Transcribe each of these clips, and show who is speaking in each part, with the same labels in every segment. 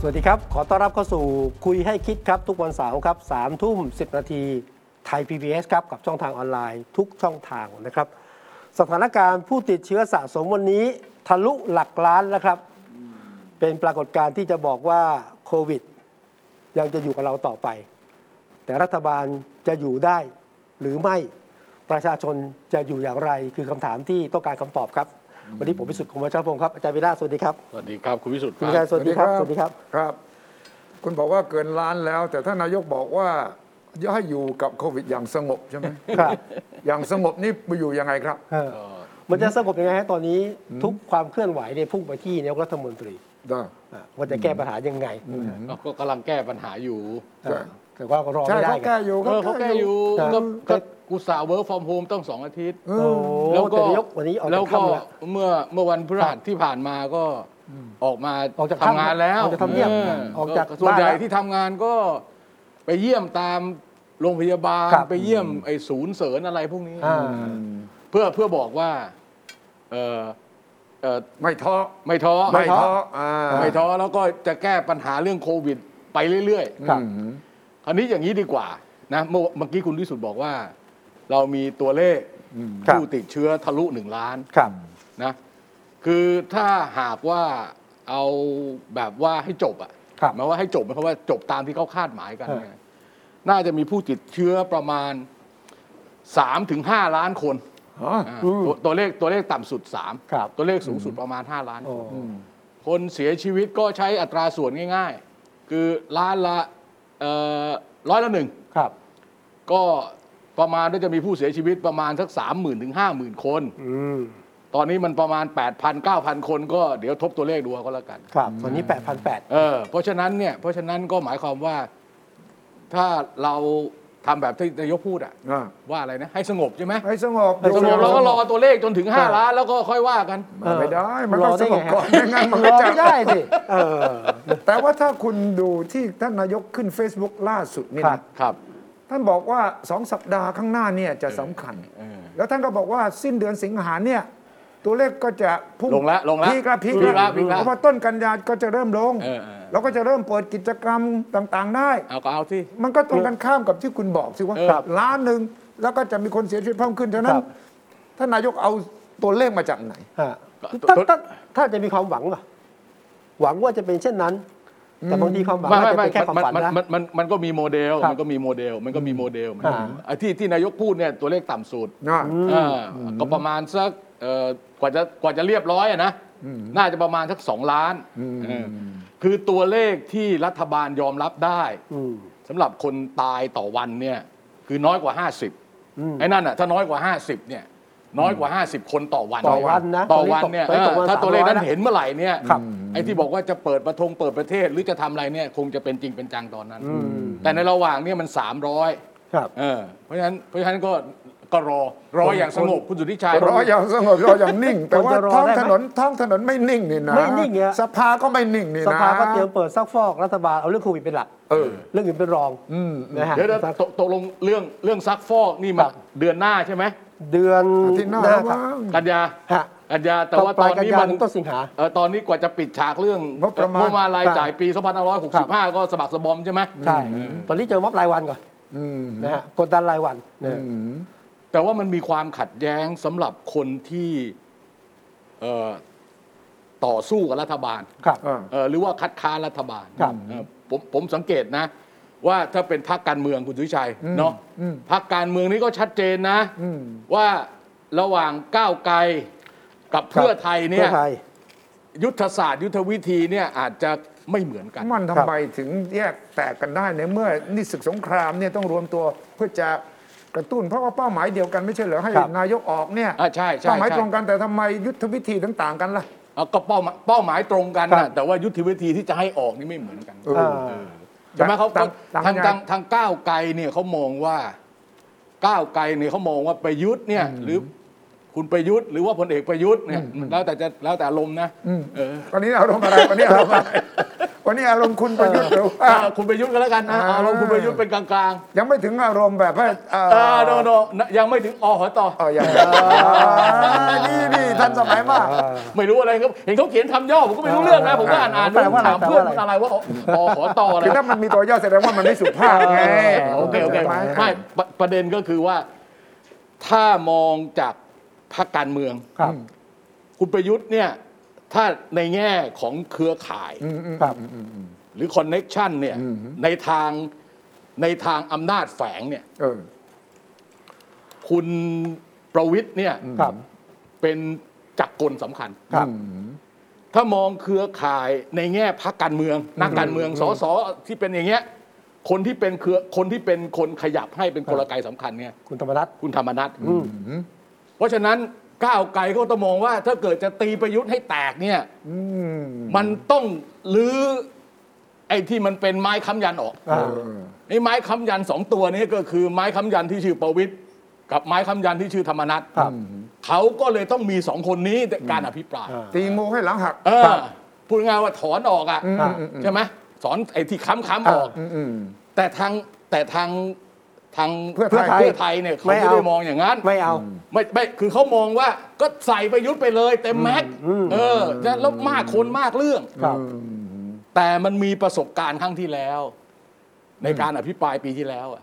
Speaker 1: สวัสดีครับ ขอต้อนรับเข้าสู่คุยให้คิดครับ ทุกวันเสาร์ครับสามทุ่มสินาทีไทย PBS ครับ กับช่องทางออนไลน์ทุกช่องทางนะครับ สถานการณ์ผู้ติดเชื้อสะสมวันนี้ ทะลุหลักล้านแล้วครับ เป็นปรากฏการณ์ที่จะบอกว่าโควิด ยังจะอยู่กับเราต่อไป แต่รัฐบาลจะอยู่ได้หรือไม่ประชาชนจะอยู่อย่างไร คือคำถามที่ต้องการคำตอบครับ วันนี้ผมพิสุทธิ์คมวัชรพงศ์ครับอาจารย์วิราสวัสดีครับ
Speaker 2: สวัสดีครับ คุณวิสุทธิ์ค
Speaker 1: คุณ
Speaker 2: รับ
Speaker 1: วิราสวัสดีครับสวัสดีครับ
Speaker 3: ครับ คุณบอกว่าเกินล้านแล้ว แต่ท่านนายกบอกว่าอย่าให้อยู่กับโควิดอย่างสงบใช่ไหม
Speaker 1: ครับ
Speaker 3: อย่างสงบนี่ไปอยู่ยังไงครับ
Speaker 1: เออมันจะสงบยังไงฮะตอนนี้ทุกความเคลื่อนไหวเนี่ยพุ่งไปที่นายกรัฐมนตรี
Speaker 3: ได้
Speaker 1: อ่ะว่าจะแก้ปัญหายังไง
Speaker 2: เราก็กำลังแก้ปัญหาอยู่
Speaker 1: เออแต่ว่าก็รอ
Speaker 3: ใช่
Speaker 1: ไม่ได้
Speaker 3: เขาแก้
Speaker 1: ไง
Speaker 3: อยู่
Speaker 2: เออเขาแก้อยู่
Speaker 1: ครับ
Speaker 2: ก็ก็กูสาเวิร์กฟอร์มโฮมต้องสองอาทิตย์
Speaker 3: เอ
Speaker 1: โอ้
Speaker 3: อ
Speaker 1: โหแต่นายกวันนี้ออก
Speaker 2: แล้
Speaker 1: จาว ก
Speaker 2: ก็
Speaker 1: ถ้ำแล้ว
Speaker 2: เมื่อเมื่อวันพฤหัสที่ผ่านมาก็ออกมา
Speaker 1: ออกจาก
Speaker 2: ทำงานแล้ว
Speaker 1: ออกจากทำเนียบออกจาก
Speaker 2: ส่วน
Speaker 1: บ้าน
Speaker 2: ใหญ่
Speaker 1: แล้ว
Speaker 2: ที่ทำงานก็ไปเยี่ยมตามโรงพยาบาล
Speaker 1: ครับ
Speaker 2: ไปเยี่ยมไอ้ศูนย์เสริญอะไรพวกนี้
Speaker 1: อ่า
Speaker 2: เพื่อเพื่อบอกว่าเออเออ
Speaker 3: ไม่ท้อ
Speaker 2: ไม่ท้อ
Speaker 3: ไม่ท้ออ่า
Speaker 2: ไม่ท้อแล้วก็จะแก้ปัญหาเรื่องโควิด ไปเรื่อยๆ
Speaker 1: ครับ
Speaker 3: อืม
Speaker 2: คราวนี้อย่างนี้ดีกว่านะเมื่อเมื่อกี้คุณวิสุทธ์บอกว่า เรามีตัวเลข
Speaker 1: ครับ
Speaker 2: ผู้ติดเชื้อทะลุหนึ่งล้าน
Speaker 1: ครับ
Speaker 2: นะคือถ้าหากว่าเอาแบบว่าให้จบอะ
Speaker 1: ครับ
Speaker 2: หมายว่าให้จบหมายความว่าจบตามที่เขาคาดหมายกันเนี่ยน่าจะมีผู้ติดเชื้อประมาณ3ถึง5ล้านคน
Speaker 3: ฮะ
Speaker 2: อ่า
Speaker 1: อืม
Speaker 2: ตัวตัวเลขตัวเลขต่ำสุด
Speaker 1: ครับ
Speaker 2: 3 ตัวเลขสูงสุดประมาณ 5 ล้าน
Speaker 1: โอ้
Speaker 2: คน คนเสียชีวิตก็ใช้อัตราส่วนง่าย ๆ คือล้านละเอ่อร้อยละหนึ่ง
Speaker 1: ครับ
Speaker 2: ก็ประมาณว่าจะมีผู้เสียชีวิตประมาณสัก 3 0 0 0 0ถึง50,000 คน
Speaker 1: อืม
Speaker 2: ตอนนี้มันประมาณ 8,000 9,000 คนก็เดี๋ยวทบตัวเลขดูเอาก็แล้วกัน
Speaker 1: ครับวันนี้ 8,800
Speaker 2: เออเพราะฉะนั้นเนี่ยเพราะฉะนั้นก็หมายความว่าถ้าเราทำแบบที่นายกพูดอะ
Speaker 3: อ่า
Speaker 2: ว่าอะไรนะให้สงบใช่ไหม
Speaker 3: ให้สงบ
Speaker 1: ให้
Speaker 2: สงบ
Speaker 1: แล้
Speaker 2: เรา
Speaker 1: ว
Speaker 2: ก็รอตัวเลขจนถึง 5 ล้านแล้วก็ค่อยว่ากัน
Speaker 3: ไม่ได้ มัน
Speaker 1: ร
Speaker 3: ต้
Speaker 1: อ
Speaker 3: องส
Speaker 1: ได้
Speaker 3: ง
Speaker 1: ไง
Speaker 3: บ
Speaker 1: ฮะ
Speaker 3: ก่อนไม่งั้นมัน
Speaker 1: ร
Speaker 3: ก็
Speaker 1: อ
Speaker 3: จะ
Speaker 1: ไม่ได้สิเออ
Speaker 3: แต่ว่าถ้าคุณดูที่ท่านนายกขึ้น Facebook ล่าสุดนี่
Speaker 1: ครั
Speaker 3: นะ
Speaker 1: บ
Speaker 2: ครับ
Speaker 3: ท่านบอกว่าสองสัปดาห์ข้างหน้าเนี่ยจะสำคัญ
Speaker 2: เออ
Speaker 3: แล้วท่านก็บอกว่าสิ้นเดือนสิงหาเนี่ยตัวเลขก็จะพุ่ง
Speaker 2: ลงละลงละ
Speaker 3: พีกละพี
Speaker 2: พีคละพีคละ
Speaker 3: เพราะว่าต้นกันยาก็จะเริ่มลง
Speaker 2: เออเออ
Speaker 3: เราก็จะเริ่มเปิดกิจกรรมต่างๆได้
Speaker 2: เอาก็เอาที่
Speaker 3: มันก็ตรงกันข้ามกับที่คุณบอกสิว่า
Speaker 2: เออครับ
Speaker 3: ล้านหนึ่งแล้วก็จะมีคนเสียชีวิตเพิ่มขึ้นเท่านั้
Speaker 1: คน รับ
Speaker 3: ท่านนายกเอาตัวเลขมาจากไหน
Speaker 1: ฮะถ้าถ้าถ้าจะมีความหวังป่ะหวังว่าจะเป็นเช่นนั้น แต่บางทีความหวัง
Speaker 2: ไม่
Speaker 1: อาจจะ
Speaker 2: ไม่ไม่
Speaker 1: เป็นแค่ความ
Speaker 2: มัน
Speaker 1: ฝัน
Speaker 2: มัน
Speaker 1: นะ
Speaker 2: มันมันมันก็มีโมเดล
Speaker 1: ครับ
Speaker 2: มันก็มีโมเดลมันก็มีโมเดลมันก็มี
Speaker 1: อ่า
Speaker 2: ไอ้ที่ที่นายกพูดเนี่ยตัวเลขต่ำสุด
Speaker 3: นะ
Speaker 2: เอออก็ประมาณสักเอ่อกว่าจะกว่าจะเรียบร้อยอะนะน่าจะประมาณสักสองล้านเออคือตัวเลขที่รัฐบาลยอมรับได้
Speaker 1: อืม
Speaker 2: สำหรับคนตายต่อวันเนี่ยคือน้อยกว่า
Speaker 1: อืม
Speaker 2: 50ไอ้นั่นอ่ะถ้าน้อยกว่า 50เนี่ยน้อยกว่า 50 คนต่อวัน
Speaker 1: ต่อวันนะ
Speaker 2: ต่อวันเนี่ย
Speaker 1: ตอนนี้ตก
Speaker 2: เออถ้า
Speaker 1: ต
Speaker 2: ตั
Speaker 1: อน
Speaker 2: ว
Speaker 1: นี้
Speaker 2: เล
Speaker 1: ตก
Speaker 2: ข
Speaker 1: วันละ
Speaker 2: นั้นเห็นเมื่อไหร่เนี่ย
Speaker 1: ครับ
Speaker 2: ไอ้ที่บอกว่าจะเปิดประทงเปิดประเทศหรือจะทำอะไรเนี่ยคงจะเป็นจริงเป็นจังตอนนั้น
Speaker 1: อืม
Speaker 2: แต่ในระหว่างเนี่ยมัน 300
Speaker 1: ครับ
Speaker 2: เออเพราะฉะนั้นเพราะฉะนั้นก็ก็รอรออย่างสงบคุณสุทธิชัย
Speaker 3: รออย่างสงบรออย่างนิ่ง แต่ว่า
Speaker 1: คนจะรอ
Speaker 3: ท้อง
Speaker 1: ได้ไหม
Speaker 3: ถนนท้องถนนไม่นิ่งนี่นะ
Speaker 1: ไม่นิ่งเนี่ย
Speaker 3: สภาก็ไม่นิ่งนี่
Speaker 1: ส
Speaker 3: นะ
Speaker 1: ภาก็เตรียมเปิดซักฟอกรัฐบาลเอาเรื่องโควิดเป็นหลัก
Speaker 3: เออ
Speaker 1: เรื่องอื่นเป็นรองนะฮะ
Speaker 2: เดี๋ยวเดี๋ยวตกตกลงเรื่องเรื่องซักฟอกนี่มาเดือนหน้าใช่ไหม
Speaker 1: เดือน
Speaker 3: ที่หน้า
Speaker 1: ครั
Speaker 3: ว่า
Speaker 1: บ
Speaker 2: กันยา
Speaker 1: ฮะ
Speaker 2: กันยาแต่ว่า
Speaker 1: ป
Speaker 2: ต
Speaker 1: ล
Speaker 2: อย น
Speaker 1: กัน
Speaker 2: นี้
Speaker 1: ยา
Speaker 2: มัน
Speaker 1: ถึงต้นสิงหา
Speaker 2: เออตอนนี้กว่าจะปิดฉากเรื่อง
Speaker 3: งบประมาณ
Speaker 2: งบประมาณราย
Speaker 1: ครับ
Speaker 2: จ่ายปี2565 ก็สะบักสะบอมใช่ไหม
Speaker 1: ใช่ ตอนนี้เจอม็อบรายวันก่อน
Speaker 3: อืม
Speaker 1: นะฮะกดดันรายวันนะฮะ
Speaker 3: อืม
Speaker 2: แต่ว่ามันมีความขัดแย้งสำหรับคนที่เอ่อต่อสู้กับรัฐบาล
Speaker 1: ครับ
Speaker 3: อ่า
Speaker 2: เอ่อหรือว่าคัดค้านรัฐบาล
Speaker 1: ครับ
Speaker 2: เอ่อผมผมสังเกตนะ ว่าถ้าเป็นพรรคการเมืองคุณสุวิชัยเนาะพรรคการเมืองนี้ก็ชัดเจนนะ
Speaker 3: อืม
Speaker 2: ว่าระหว่างก้าวไกลกับเพื่อไทยเนี่
Speaker 1: เพื่
Speaker 2: ย
Speaker 1: อไทย
Speaker 2: ยุทธศาสตร์ยุทธวิธีเนี่ยอาจจะไม่เหมือนกัน
Speaker 3: มันทำไมถึงแยกแตกกันได้ในเมื่อนี่ศึกสงครามเนี่ยต้องรวมตัวเพื่อจะกระตุ้นเพราะว่าเป้าหมายเดียวกันไม่ใช่เหรอให้
Speaker 1: ครับ
Speaker 3: นายกออกเนี่ย
Speaker 2: อ่ะใช่ใช่
Speaker 3: เป้าหมาย
Speaker 2: ใช่
Speaker 3: ตรงกันแต่ทำไมยุทธวิธีถึงต่างกันล่ะ
Speaker 2: เอาก็เป้าหมายเป้าหมายตรงกัน
Speaker 1: ครั
Speaker 2: นะ
Speaker 1: บ
Speaker 2: แต่ว่ายุทธวิธีที่จะให้ออกนี่ไม่เหมือนกัน
Speaker 3: เออ
Speaker 1: อ่า
Speaker 2: ใช่ไหมเขา
Speaker 3: ตามตาม
Speaker 2: ทาง
Speaker 3: งาน
Speaker 2: ทางทางก้าวไกลเนี่ยเขามองว่าก้าวไกลเนี่ยเขามองว่าประยุทธ์เนี่ย หรือคุณประยุทธ์หรือว่าพลเอกประยุทธ์เนี่ยแล้วแต่จะแล้วแต่อารมณ์นะเออ
Speaker 3: วันนี้อารมณ์อะไรวันนี้อารมณ์อะไรวันนี้อารมณ์คุณประยุทธ์หรือว่า
Speaker 2: เอาคุณประยุทธ์ก็แล้วกันนะเอาอารมณ์คุณประยุทธ์เป็นกลาง
Speaker 3: ยังไม่ถึงอารมณ์แบบว่าเอ่อ
Speaker 2: ๆเออโนโนยังไม่ถึงอหต
Speaker 3: อ๋อยังนี่นี่ทันสมัยมาก
Speaker 2: ไม่รู้อะไรครับ เห็นเขาเขียนคำย่อผมก็ไม่รู้เรื่องนะ ผมก็อ่านอ่าน
Speaker 1: แปลว่าอะไร
Speaker 2: ถามเพื่อน
Speaker 1: แปลว่าอะไร
Speaker 2: มันอะไรว่าอขอต่ออะไร
Speaker 3: คือถ้ามันมีตัวย่อแสดงว่ามันไม่สุภาพไง
Speaker 2: โอเคโอเค
Speaker 3: ข้าใจห
Speaker 2: ไม่ประประเด็นก็คือว่า ถ้ามองจากพรรคการเมือง
Speaker 1: ครับ
Speaker 2: คุณประยุทธ์เนี่ย ถ้าในแง่ของเครือข่าย
Speaker 1: ครับ
Speaker 2: หรือคอนเน็ชันเนี่ย ในทางในทางอำนาจแฝงเนี่ย
Speaker 3: เออ
Speaker 2: คุณประวิทย์เนี่ย
Speaker 1: ครับ
Speaker 2: เป็นจักรกลสำคัญ
Speaker 1: ครับ
Speaker 2: ถ้ามองเครือข่ายในแง่พักการเมือง นักการเมืองสสที่เป็นอย่างเงี้ย คนที่เป็นเครือคนที่เป็นคนขยับให้เป็นกลไกสำคัญเนี่ย
Speaker 1: คุณธรรมนัฐ
Speaker 2: คุณธรรมนัฐ
Speaker 1: อืม
Speaker 2: เพราะฉะนั้นก้าวไกลก็ต้องมองว่า ถ้าเกิดจะตีประยุทธ์ให้แตกเนี่ย มันต้องลื้อไอ้ที่มันเป็นไม้ค้ำยันออก
Speaker 1: อ่า
Speaker 2: ไอ้ไม้ค้ำยันสองตัวนี้ก็คือไม้ค้ำยันที่ชื่อประวิทย์กับไม้ค้ำยันที่ชื่อธรรมนัฐ
Speaker 1: ครับ
Speaker 2: เขาก็เลยต้องมีสองคนนี้ในการอภิปราย
Speaker 1: อ่า
Speaker 3: ตีงูให้หลังหัก
Speaker 2: เออพูดง่ายๆว่าถอนออกอ่ะ
Speaker 1: ครับ
Speaker 2: ใช่ไหมสอนไอ้ที่ค้ำค้ำๆออก แต่ทางแต่ทางทาง
Speaker 3: เพื่อไทย
Speaker 2: เพื่อไทยเนี่ยเขา
Speaker 1: ไม่
Speaker 2: ไม่
Speaker 1: เอา
Speaker 2: ได้มองอย่างนั้น
Speaker 1: ไม่เอา
Speaker 2: ไม่ไม่คือเขามองว่าก็ใส่ประยุทธ์ไปเลยเต็มแม็กซ์
Speaker 1: อืม
Speaker 2: เออจะลบมากคนมากเรื่อง
Speaker 1: ครับ
Speaker 2: แต่มันมีประสบการณ์ครั้งที่แล้ว ในการอภิปรายปีที่แล้วอะ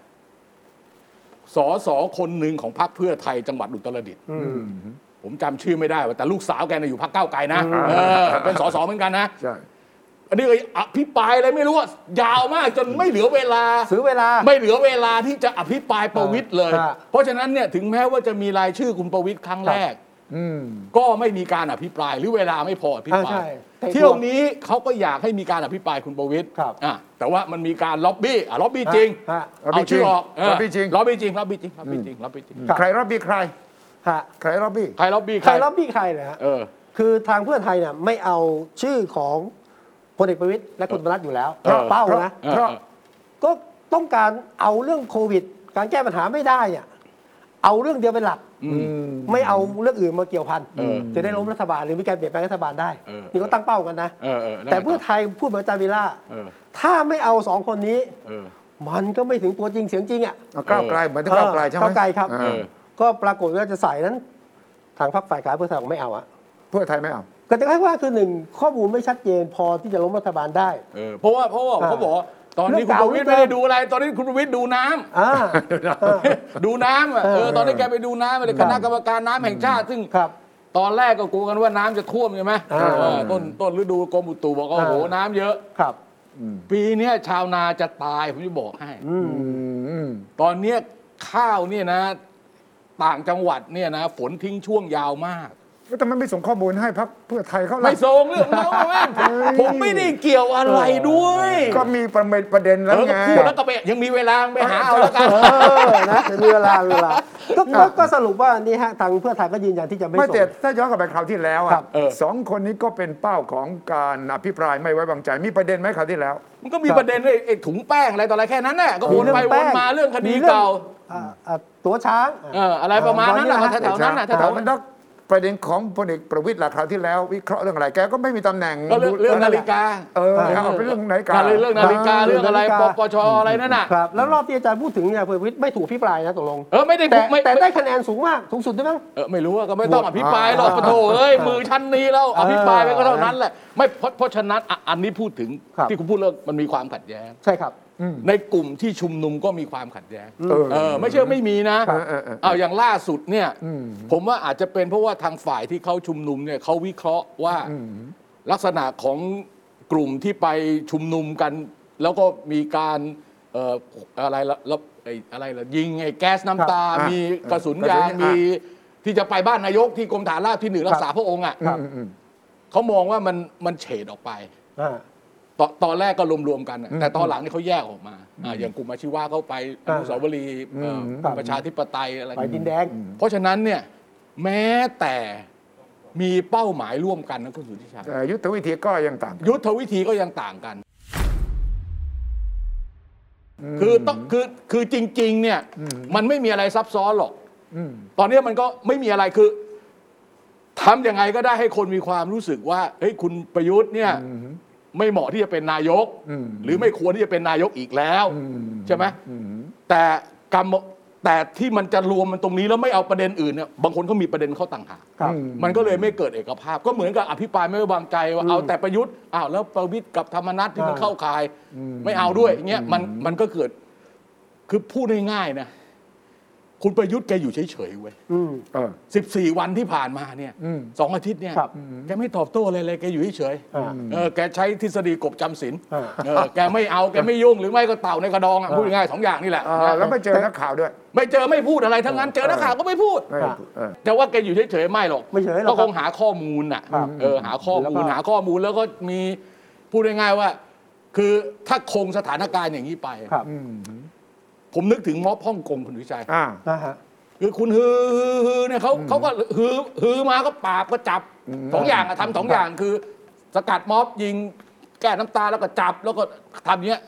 Speaker 2: สอสอคนหนึ่งของพรรคเพื่อไทยจังหวัดอุตรดิตถ์
Speaker 1: อืม
Speaker 2: ผมจำชื่อไม่ได้ว่าแต่ลูกสาวแกน่ะอยู่พรรคก้าวไกลนะเออเป็นสสเหมือนกันนะ
Speaker 3: ใช่
Speaker 2: อันนี้ก็อภิปรายอะไรไม่รู้อะยาวมากจนไม่เหลือเวลา
Speaker 1: ซื้อเวลา
Speaker 2: ไม่เหลือเวลาที่จะอภิปรายประวิตยเลย
Speaker 1: อ่า
Speaker 2: เพราะฉะนั้นเนี่ยถึงแม้ว่าจะมีรายชื่อคุณประวิตยครั้งแรก
Speaker 3: อืม
Speaker 2: ก็ไม่มีการอภิปรายหรือเวลาไม่พออภิปรา
Speaker 1: อ่าใช่
Speaker 2: ย
Speaker 1: เตะ
Speaker 2: เที่ยวนี้เขาก็อยากให้มีการอภิปรายคุณประวิตย
Speaker 1: ครับ
Speaker 2: อ่ะแต่ว่ามันมีการล็อบบี้อ่ะล็อบบี้จริง
Speaker 1: ฮะฮะ
Speaker 2: เอาชื่อออกเ
Speaker 3: ล็อบบี้จริง
Speaker 2: ล็อบบี้จริงล็อบบี้จริงล็อบบี้จริงล็อบบี้จริง
Speaker 1: ครับ
Speaker 3: ใครรับบี้ใคร
Speaker 1: ฮะ
Speaker 3: ใครรับบี้
Speaker 2: ใครล็อบบี้
Speaker 1: ใครรับพี่ใครเหรอฮะ
Speaker 2: เออ
Speaker 1: คือทางเพื่อไทยเนี่ยไม่เอาชื่อของพลเอกประวิตยและคุณธรรมนัฐอยู่แล้ว
Speaker 2: เออ
Speaker 1: เป้า
Speaker 3: เพราะ
Speaker 1: นะ
Speaker 3: เพราะ
Speaker 1: ก็ต้องการเอาเรื่องโควิด การแก้ปัญหาไม่ได้เนี่ยเอาเรื่องเดียวเป็นหลัก ไม่เอาเรื่องอื่นมาเกี่ยวพัน
Speaker 2: เออ
Speaker 1: จะได้ล้มรัฐบาลหรือมีการเปลี่ยนแปลงรัฐบาลได้
Speaker 2: เออ
Speaker 1: นี่ก็ตั้งเป้ากันนะ
Speaker 2: เออเออล้ว
Speaker 1: แต่เพื่อ
Speaker 2: ไง
Speaker 1: ไทยพูดเหมือนอาจารย์วิล่า
Speaker 2: เออ
Speaker 1: ถ้าไม่เอาสองคนนี้
Speaker 2: เออ
Speaker 1: มันก็ไม่ถึงตัวจริงเสียงจริงอ่ะ
Speaker 3: เอาก้าวไกลเหมือนที่ก้าวไกลใช่ไหม
Speaker 1: ก้าวไกลครับ
Speaker 3: เออ
Speaker 1: ก็ปรากฏว่าจะใส่นั้น ทางพรรคฝ่ายค้านเพื่อไทยบอกไม่เอาอ่ะ
Speaker 3: เพื่อไทยไม่เอา
Speaker 1: ก็จะให้ว่าคือหนึ่งข้อมูลไม่ชัดเจนพอที่จะล้มรัฐบาลได้
Speaker 2: เออเพราะว่าเพราะว่า
Speaker 1: อ่า
Speaker 2: เขาบอกว่าตอนนี้
Speaker 1: เรื่
Speaker 2: คุ
Speaker 1: องเก่า
Speaker 2: ณประวิตย
Speaker 1: เรื่
Speaker 2: ไม่
Speaker 1: องเดิม
Speaker 2: ได้ดูอะไร ตอนนี้คุณประวิตยดูน้ำ
Speaker 1: อ่า
Speaker 2: ดูน้ำอ่ะ
Speaker 1: เออ
Speaker 2: เออตอนนี้แกไปดูน้ำเลยคณะกรรมการน้ำแห่งชาติ ซึ่ง
Speaker 1: ครับ
Speaker 2: ตอนแรกก็กลัวกันว่าน้ำจะท่วมใช่ไหม
Speaker 1: อ่า
Speaker 2: เออต้นต้นฤดูกรมอุตุบอกว่า
Speaker 1: อ่า
Speaker 2: โอ้โหน้ำเยอะ
Speaker 1: ครับ
Speaker 2: ปีเนี้ยชาวนาจะตายผมจะบอกให้
Speaker 1: อืม
Speaker 3: อืม
Speaker 2: ตอนเนี้ยข้าวเนี่ยนะ ต่างจังหวัดเนี่ยนะ ฝนทิ้งช่วงยาวมาก
Speaker 3: แล้วทำไมไม่ส่งข้อมูลให้พรรคเพื่อไทยเขาล่ะ
Speaker 2: ไม่ส่งเรื่อง เขาแม่งผมไม่ได้เกี่ยวอะไรด้วย
Speaker 3: ก็มีประเด็นประเด็น
Speaker 2: เอ
Speaker 3: แล้ว
Speaker 2: อ
Speaker 3: ไง
Speaker 2: ก็พูดแล้วก็ไปยังมีเวลาไปหาเอาแล้วกัน
Speaker 1: เออ นะมีเวลามีเวลาก็ก็ก็สรุปว่านี่ฮะทางเพื่อไทยก็ยืนยันที่จะไม่
Speaker 3: ไม่
Speaker 1: ส่
Speaker 3: แต่
Speaker 1: ง
Speaker 3: ถ้าย้อนกลับไปคราวที่แล้วอะ
Speaker 1: ครับ
Speaker 2: เออ
Speaker 3: สองคนนี้ก็เป็นเป้าของการอภิปรายไม่ไว้วางใจ มีประเด็นไหมคราวที่แล้ว
Speaker 2: มันก็มีประเด็นเรื่องไอ้ถุงแป้งอะไรต่ออะไรแค่นั้นแหละก็วนไปวนมาเรื่องคดีเก่า
Speaker 1: อ่อ่าตัวช้าง
Speaker 2: เอออะไรประมาณนั้นน่ะ
Speaker 1: วั
Speaker 2: แถวๆนั้นน่ะ
Speaker 3: แต่
Speaker 2: แถวๆ
Speaker 3: มั
Speaker 2: นั้น น
Speaker 3: นักประเด็นของพลเอกประวิตยล่ะคราวที่แล้ว วิเคราะห์เรื่องอะไรแกก็ไม่มีตำแหน่ง
Speaker 2: ก็เรื่องเรื่องนาฬิกา
Speaker 3: เออเอาไปเรื่องนาฬิกา
Speaker 2: อะไรเรื่องนาฬิกาเรื่องอะไรปปชอะไรนั่นน่ะ
Speaker 1: ครับ แล้วรอบที่อาจารย์พูดถึงเนี่ยพลเอกประวิทย์ไม่ถูกพิปรายนะตกลง
Speaker 2: เออไม่ได้
Speaker 1: แต่
Speaker 2: ไม่
Speaker 1: แต่ได้คะแนนสูงมากสูงสุดด้วยมั้ง
Speaker 2: เออไม่รู้อะก็ไม่ต้องอภิปรายหรอก
Speaker 1: อ่า
Speaker 2: ปะโถเอ้ยมือชั้นนี้แล้วอภิปรายไปก็เท่า
Speaker 1: เออ
Speaker 2: นั้นแหละไม่เพราะเพราะฉะนั้นอ่ะอันนี้พูดถึง
Speaker 1: ครับ
Speaker 2: ที่คุณพูดเรื่องมันมีความขัดแย้ง
Speaker 1: ใช่ครับ
Speaker 2: ในกลุ่มที่ชุมนุมก็มีความขัดแย้ง
Speaker 3: เออ
Speaker 2: เออไม่ใช่ว่าไม่มีนะ
Speaker 3: เออเออเออ
Speaker 2: เอาอย่างล่าสุดเนี่ย ผมว่าอาจจะเป็นเพราะว่าทางฝ่ายที่เขาชุมนุมเนี่ยเขาวิเคราะห์ว่าลักษณะของกลุ่มที่ไปชุมนุมกัน แล้วก็มีการเอ่ออะไรละละไอ้อะไรละยิงไอ้แก๊สน้ำตา
Speaker 3: ครับ
Speaker 2: มี
Speaker 3: อ่ะ
Speaker 2: กระสุน
Speaker 3: กระสุน
Speaker 2: ยาง
Speaker 3: อ่ะ
Speaker 2: มีที่จะไปบ้านนายกที่กรมฐานราบที่หนึ่งรักษาพระองค์อ่ะ
Speaker 1: ครับ
Speaker 3: อืม
Speaker 2: เขามองว่ามันมันเฉดออกไป
Speaker 1: อ่า
Speaker 2: ตอนตอนแรกก็รวมๆกันน่ะแต่ตอนหลังนี่เขาแยกออกมาอ่าอย่างกลุ่มอาชีวะเขาไปอ
Speaker 1: อ่า
Speaker 2: นุสาวรีย์เอ่อ
Speaker 1: ครับ
Speaker 2: ประชาธิปไตยอะไร
Speaker 1: ไปดินแดง
Speaker 2: เพราะฉะนั้นเนี่ยแม้แต่มีเป้าหมายร่วมกันนะคุณสุทธิชัย
Speaker 3: แต่ยุทธวิธีก็ยังต่าง
Speaker 2: ยุทธวิธีก็ยังต่างกัน คือต้องคือคือจริง ๆ เนี่ยมันไม่มีอะไรซับซ้อนหรอก
Speaker 3: อืม
Speaker 2: ตอนเนี้ยมันก็ไม่มีอะไรคือทำยังไงก็ได้ให้คนมีความรู้สึกว่าเฮ้ยคุณประยุทธ์เนี่ยไม่เหมาะที่จะเป็นนายก
Speaker 3: อืม
Speaker 2: หรือไม่ควรที่จะเป็นนายกอีกแล้วใช่ไหมแต่กรรมแต่ที่มันจะรวมมันตรงนี้แล้วไม่เอาประเด็นอื่นเนี่ยบางคนก็มีประเด็นเข้าต่างหาก
Speaker 1: ครับ
Speaker 2: มันก็เลยไม่เกิดเอกภาพ ก็เหมือนกับอภิปรายไม่ไว้วางใจว่าเอาแต่ประยุทธ์อ้าวแล้วประวิทย์กับธรรมนัฐที่มัน
Speaker 1: อ่า
Speaker 2: เข้าข่าย ไม่เอาด้วยอย่างเงี้ยมันมันก็เกิด คือพูดง่ายๆนะ คุณประยุทธ์แกอยู่เฉยๆเว้ย
Speaker 1: อืม
Speaker 3: เออ
Speaker 2: สิบสี่วันที่ผ่านมาเนี่ย
Speaker 3: อืม
Speaker 2: สองอาทิตย์เนี่ย
Speaker 1: ครับ
Speaker 2: แกไม่ตอบโต้อะไรเลยแกอยู่เฉยๆ
Speaker 1: อ่า
Speaker 2: เออแกใช้ทฤษฎีกบจำศีล
Speaker 1: อ่า
Speaker 2: เออแกไม่เอาแกไม่ยุ่งหรือไม่ก็เต่าในกระดองอะพูดง่ายๆสองอย่างนี่แหละ
Speaker 3: เออแล้วไปเจอนักข่าวด้วย
Speaker 2: ไม่เจอไม่พูดอะไรทั้งนั้น เจอนักข่าวก็ไม่พูด
Speaker 3: ไม่
Speaker 1: ครับ
Speaker 3: เออ
Speaker 2: แต่ว่าแกอยู่เฉยๆไม่หรอก
Speaker 1: ไม่เฉยหรอก
Speaker 2: ก็คงหาข้อมูลน่ะ
Speaker 1: ครับ
Speaker 2: เออหาข้อ
Speaker 1: แล้ว
Speaker 2: มู
Speaker 1: ก็
Speaker 2: ลหาข้อมูลแล้วก็มีพูดง่ายๆว่า คือถ้าคงสถานการณ์อย่างนี้ไป
Speaker 1: ครับ
Speaker 2: ผมนึกถึงม็อบฮ่องกงคุณวิชัย
Speaker 3: อ่า
Speaker 1: นะฮะ
Speaker 2: คือคุณฮือฮือฮือเนี่ยเขาเขาก็ฮือฮือมาก็ปราบก็จับสองอย่างอะทำสองอย่างคือ สกัดม็อบยิงแก้น้ำตาแล้วก็จับแล้วก็ทำเนี้ย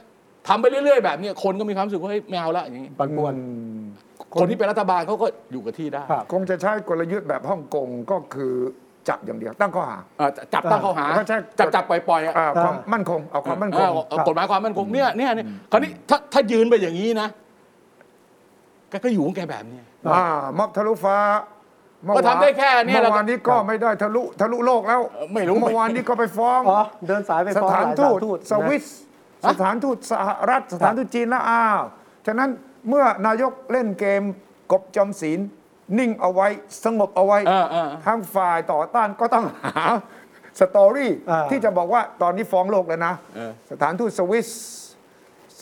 Speaker 2: ทำไปเรื่อยๆแบบเนี้ยคนก็มีความรู้สึกว่าเฮ้ยไม่เอาละอย่างนี้
Speaker 1: ปันป่วน
Speaker 2: คนที่เป็นรัฐบาลเขาก็อยู่กับที่ได้
Speaker 1: ครับ
Speaker 3: คงจะใช้กลยุทธ์แบบฮ่องกงก็คือจับอย่างเดียวตั้งข้อหา
Speaker 2: เอ่อจับตั้งข้อหา
Speaker 3: เขาใช้
Speaker 2: จับจับปล่อยๆอะ
Speaker 3: อ่าความมั่นคงเอาความมั่นคง
Speaker 2: เออเอากฎหมายความมั่นคงเนี่ยเนี่ยเนี่ยคราวนี้ถ้าถ้ายืนไปอย่างนี้นะแกก็อยู่ของแกแบบเนี้ย
Speaker 3: อ่าม็อบทะลุฟ้าเมื่อวาน
Speaker 2: ก็ทำได้แค่เนี่ย
Speaker 3: เมื่อวานนี้ก็ไม่ได้ทะลุทะลุโลกแล้ว
Speaker 2: เอ่อไม่รู้
Speaker 3: เมื่อวานนี้ก็ไปฟ้อง
Speaker 1: อ๋อ เดินสายไป
Speaker 3: ส
Speaker 1: ฟ้อง
Speaker 3: ถาน
Speaker 1: หลย
Speaker 3: ทูต
Speaker 1: นะ
Speaker 3: สวิสสถานทูตสหรัฐสถานทูตจีนและอ้าวฉะนั้นเมื่อนายกเล่นเกมกบจำศีลนิ่งเอาไว้สงบเอาไว้
Speaker 2: เออเออ
Speaker 3: ทางฝ่ายต่อต้านก็ต้องหาสตอรี่
Speaker 1: อ่า
Speaker 3: ที่จะบอกว่าตอนนี้ฟ้องโลกแล้วนะ
Speaker 2: เออ
Speaker 3: สถานทูตสวิส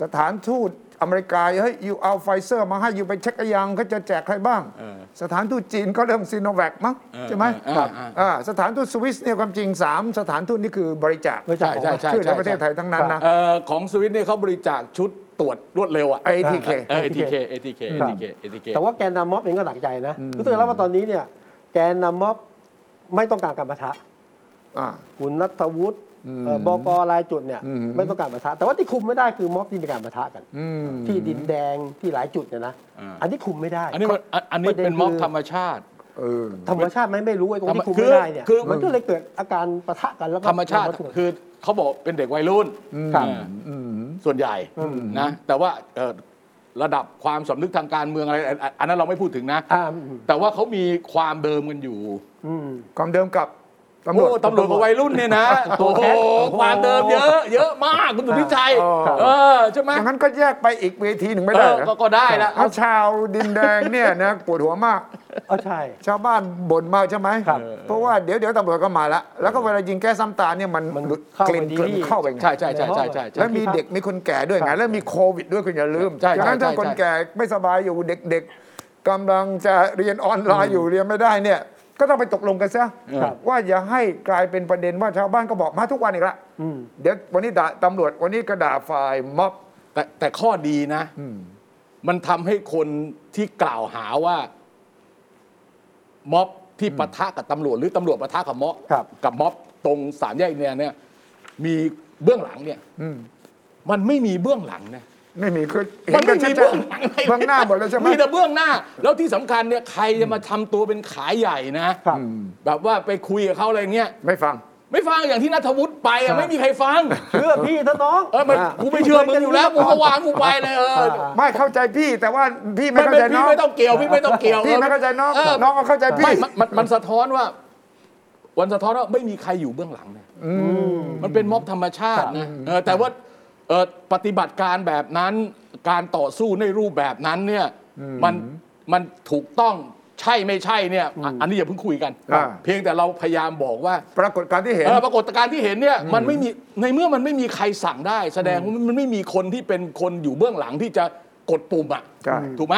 Speaker 3: สถานทูตอเมริกาเฮ้ยอยู่เอาไฟเซอร์มาให้อยู่ไปเช็คหรือยังเขาจะแจกใครบ้าง
Speaker 2: เออ
Speaker 3: สถานทูตจีนก็เริ่มซีโนแวคมั้ง
Speaker 2: เออ
Speaker 3: ใช่ไหม
Speaker 2: เออ
Speaker 3: ครับ
Speaker 2: เออ
Speaker 3: อ่าสถานทูตสวิสเนี่ยความจริง 3 สถานทูตนี่คือบริจาค
Speaker 1: บริจาค
Speaker 2: ใช่ใช่
Speaker 3: ช่วยเหลือประเทศไทยทั้งนั้นนะ
Speaker 2: เออของสวิตเนี่ยเขาบริจาคชุดตรวจรวดเร็วอ่ะ
Speaker 3: ไอทีเค
Speaker 2: เออ ATK ATK
Speaker 1: ครับ
Speaker 2: ATK ATK
Speaker 1: แต่ว่าแกนนำม็อบเองก็หนักใจนะรู้สึกแล้วว่าตอนนี้เนี่ย แกนนำม็อบไม่ต้องการการประทะ คุณนัทวุฒิเอ่อบอกรายจุดเนี่ย ไม่ต้องการประทะ แต่ว่าที่คุมไม่ได้คือม็อบที่มีการประทะกัน ที่ดินแดงที่หลายจุดเนี่ยนะ
Speaker 2: อ่า
Speaker 1: อันนี้คุมไม่ได้
Speaker 2: อันนี้มันอันอันนี้เป็นม็อบธรรมชาติ
Speaker 1: ธรรมชาติไหม่ไม่รู้ไอ้ตรงที่คุม
Speaker 2: คือ
Speaker 1: ไม่ได้เนี่ย
Speaker 2: คือ
Speaker 1: มันก็เลยเกิดอาการประทะกันแล้วก็
Speaker 2: ธรรมชาติ
Speaker 1: คือ
Speaker 2: คือเขาบอกเป็นเด็กวัยรุ่น
Speaker 1: ครับ
Speaker 2: เอออส่วนใหญ่นะแต่ว่าเอ่อระดับความสำนึกทางการเมืองอะไรอันอันอันนั้นเราไม่พูดถึงนะ
Speaker 1: อ่าอืม
Speaker 2: แต่ว่าเขามีความเดิมกันอยู่
Speaker 1: ม
Speaker 3: ความเดิมกับตำรว
Speaker 2: โอ้
Speaker 3: จ
Speaker 2: ตำรวจกับวัยรุ่นเนี่ยนะ โอ้โหความเดิมเยอะ เยอะมากคุณสุทธิชัย
Speaker 3: อ๋อ
Speaker 2: เออใช่ไหม
Speaker 3: อย่างนั้นก็แยกไปอีกเวทีหนึ่งไม่
Speaker 2: เอ
Speaker 3: ได้
Speaker 2: อ
Speaker 3: เหรอ
Speaker 2: ก็ก็ได้ละ
Speaker 3: เอาชาวดินแดงเนี่ยนะปวดหัวมาก
Speaker 1: เออใช่
Speaker 3: ชาวบ้านบ่นมากใช่ไหม
Speaker 1: ครับ
Speaker 3: เพราะว่าเดี๋ยวเดี๋ยวตำรวจก็มาละแล้วก็เวลายิงแก้ซ้ำตาเนี่ยมัน
Speaker 1: มัน
Speaker 3: หลุด
Speaker 1: เข้าไป
Speaker 3: กลิ่น
Speaker 1: ดี
Speaker 3: กลิ่นเข้าไปไง
Speaker 2: ใช่ใช่ใช่ใช่ใช่
Speaker 3: แล้
Speaker 2: ใช่
Speaker 3: วมีเด็กมีคนแก่ด้วยไงแล้วมีโควิดด้วยคุณอย่าลืม
Speaker 2: ใช่ใช่
Speaker 3: ดังนั้นถ้า
Speaker 2: ใช่
Speaker 3: คน
Speaker 2: ใช่
Speaker 3: แก่ไม่สบายอยู่เด็กๆกำลังจะเรียนออนไลน์อยู่เรียนไม่ได้เนี่ย ก็ต้องไปตกลงกันซะ
Speaker 1: ครับ
Speaker 3: ว่าอย่าให้กลายเป็นประเด็นว่าชาวบ้านก็บอกมาทุกวันอีกละ
Speaker 1: อืม
Speaker 3: เดี๋ยววันนี้ด่าตำรวจวันนี้กระด่าฝ่ายม็อบ
Speaker 2: แต่แต่ข้อดีนะ มันทำให้คนที่กล่าวหาว่า ม็อบที่ปะทะกับตำรวจ หรือตำรวจปะทะกับม็อบ
Speaker 1: ครับ
Speaker 2: กับม็อบตรงสามแยกเนี่ยเนี่ย มีเบื้องหลังเนี่ย
Speaker 3: อืม
Speaker 2: มันไม่มีเบื้องหลังนะ
Speaker 3: ไม่มีคือเห็
Speaker 2: มัน
Speaker 3: กั
Speaker 2: ไม่
Speaker 3: ชั
Speaker 2: มี
Speaker 3: ดๆ
Speaker 2: เบื้องหลังอะไร
Speaker 3: เบื้องหน้าหมดแล้วใช่ไหม
Speaker 2: แต่เบื้องหน้า แล้วที่สำคัญเนี่ยใครจะมาทำตัวเป็นขายใหญ่นะ
Speaker 1: ครับ
Speaker 2: แบบว่าไปคุยกับเขาอะไรเงี้ย
Speaker 3: ไม่ฟัง
Speaker 2: ไม่ฟังอย่างที่นัทวุฒิไป
Speaker 1: ครั
Speaker 2: อะ
Speaker 1: บ
Speaker 2: ไม่มีใครฟัง
Speaker 1: เชื่อพี่เถอะน้อง
Speaker 2: เออมันกูไม่เชื่อมึงอยู่แล้วกูก็วางกูไปเลยเออ
Speaker 3: ไม่เข้าใจพี่แต่ว่าพี่ไม่
Speaker 2: ไม่ไม่
Speaker 3: เข้าใจน้
Speaker 2: พี่
Speaker 3: อง
Speaker 2: ไม่ต้องเกี่ยวพี่ไม่ต้องเกี่ยว
Speaker 3: พี่ไม่เข้าใจน้อง
Speaker 2: เ
Speaker 3: น้องก็เข้าใจพี่
Speaker 2: ไม่มันมันมันสะท้อนว่า วันสะท้อนว่าไม่มีใครอยู่เบื้องหลังนะมันเป็นม็อบธรรมชาตินะเออแต่ว่าเอ่อปฏิบัติการแบบนั้น การต่อสู้ในรูปแบบนั้นเนี่ยมันมันถูกต้องใช่ไม่ใช่เนี่ยอ่ะอันนี้อย่าเพิ่งคุยกัน
Speaker 3: อ่า
Speaker 2: เพียงแต่เราพยายามบอกว่า
Speaker 3: ปรากฏการณ์ที่เห็น
Speaker 2: เออปรากฏการณ์ที่เห็นเนี่ยมันไม่มีในเมื่อมันไม่มีใครสั่งได้ แสดงว่ามันไม่มีคนที่เป็นคนอยู่เบื้องหลังที่จะกดปุ่มอ่ะ
Speaker 3: ใช่
Speaker 2: ถูกไหม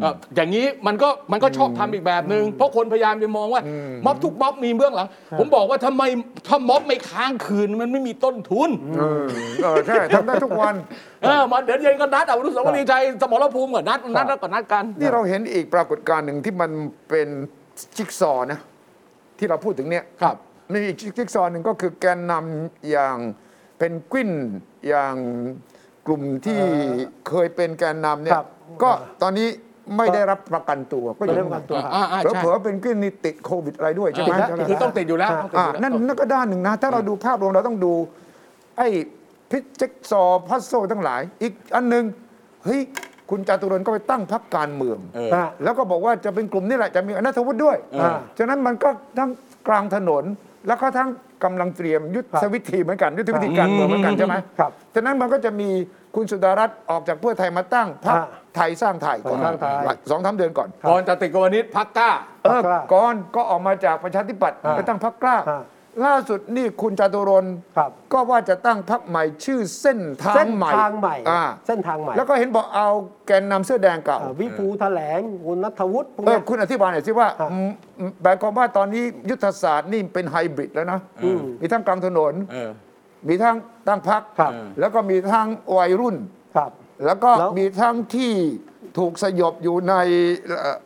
Speaker 2: เอ่ออย่างนี้มันก็มันก็ชอบทำอีกแบบหนึง่งเพราะคนพยายามจะมองว่าม็อบทุกม็อบมีเบื้องหลัง ผมบอกว่าทำไมถ้าม็อบไม่ค้างคืนมันไม่มีต้นทุน
Speaker 3: เออเออใช่ทำได้ทุกวัน
Speaker 2: เออมาเดี๋ยวเย็นก็นัดเอารุสาวรีย์ชัยสมรภูมิก็นัดนัดแล้วก็นัดกัน
Speaker 3: นี่เราเห็นอีกปรากฏการณ์หนึ่งที่มันเป็นจิ๊กซอว์นะ ที่เราพูดถึงเนี่ย
Speaker 2: ครับ
Speaker 3: มีอีกจิ๊กซอว์หนึ่งก็คือแกนนำอย่างเป็นกวินอย่าง กลุ่มที่เคยเป็นแกนนำเนี่
Speaker 1: ค
Speaker 3: ย
Speaker 1: รับ
Speaker 3: ก็ตอนนี้ไม่ได้รับประกันตัวก็อยู่
Speaker 1: ไม่ได้ประกันตัว
Speaker 2: อ่าอ่า
Speaker 3: แล้ว
Speaker 2: ใช่
Speaker 3: เผลอเป็นกึ้นนี่ติดโควิดอะไรด้วยใช่
Speaker 1: ติ
Speaker 3: ไหม
Speaker 1: ดแล้ว
Speaker 2: คือต้องติดอยู่แล้วต้องติดอ
Speaker 3: อ่า
Speaker 2: ยู่แล้ว
Speaker 3: นั่นนั่นก็ด้านหนึ่งนะ ถ้าเราดูภาพรวมเราต้องดู ไอ้พิชเจ็กซอว์พัซโซทั้งหลาย อีกอันหนึ่งเฮ้ยคุณจาตุรนก็ไปตั้งพรรคการเมือง
Speaker 2: เออ
Speaker 1: อ่ะ
Speaker 3: แล้วก็บอกว่าจะเป็นกลุ่มนี่แหละจะมีอนัทวุฒิด้วย
Speaker 2: เออ
Speaker 3: ฉะนั้นมันก็ทั้งกลางถนน แล้วก็ทั้งกำลังเตรียมยุทธวิธีเหมือนกันยุทธวิธีการเมืองเหมือนกันใช่ไหม
Speaker 1: ครับ
Speaker 3: ฉะนั้นมันก็จะมีคุณสุดารัตน์ออกจากเพื่อไทยมาตั้งพรรค
Speaker 1: อ่า
Speaker 3: ไทยสร้างไทยก่อน
Speaker 1: สร้างไทย
Speaker 3: สองสามเดือนก่อน
Speaker 2: ก่อนจะติดกบวนิชพักกล้า
Speaker 3: เออ
Speaker 1: พรรคกล้า
Speaker 3: ก่อนก็ออกมาจากประชาธิปัตย์
Speaker 1: อ่า
Speaker 3: ไปตั้งพรรคกล้า
Speaker 1: อ่า
Speaker 3: ล่าสุดนี่คุณจาตุรนต์
Speaker 1: ครับ
Speaker 3: ก็ว่าจะตั้งพรรคใหม่ชื่อเส้นทาง
Speaker 1: เส้น
Speaker 3: ใหม่
Speaker 1: ทางใหม่
Speaker 3: อ่า
Speaker 1: เส้นทางใหม่
Speaker 3: แล้วก็เห็นบอกเอาแกนนำเสื้อแดงเก่า
Speaker 1: อ่ะวิภูแถลงคุณนัทวุฒิพวก
Speaker 3: เอ
Speaker 1: เนี้
Speaker 3: อย คุณอธิบายหน่อยสิว่า
Speaker 1: ฮะ
Speaker 3: อืมหมายความว่าตอนนี้ยุทธศาสตร์นี่เป็นไฮบริดแล้วนะ
Speaker 1: อืม
Speaker 3: มีทั้งกลางถนน
Speaker 2: เออ
Speaker 3: มีทั้งตั้งพัก
Speaker 1: ครับ
Speaker 3: แล้วก็มีทั้งวัยรุ่น
Speaker 1: ครับ
Speaker 3: แล้วก็
Speaker 1: แล้ว
Speaker 3: มีทั้งที่ถูกสยบอยู่ในเอ่อ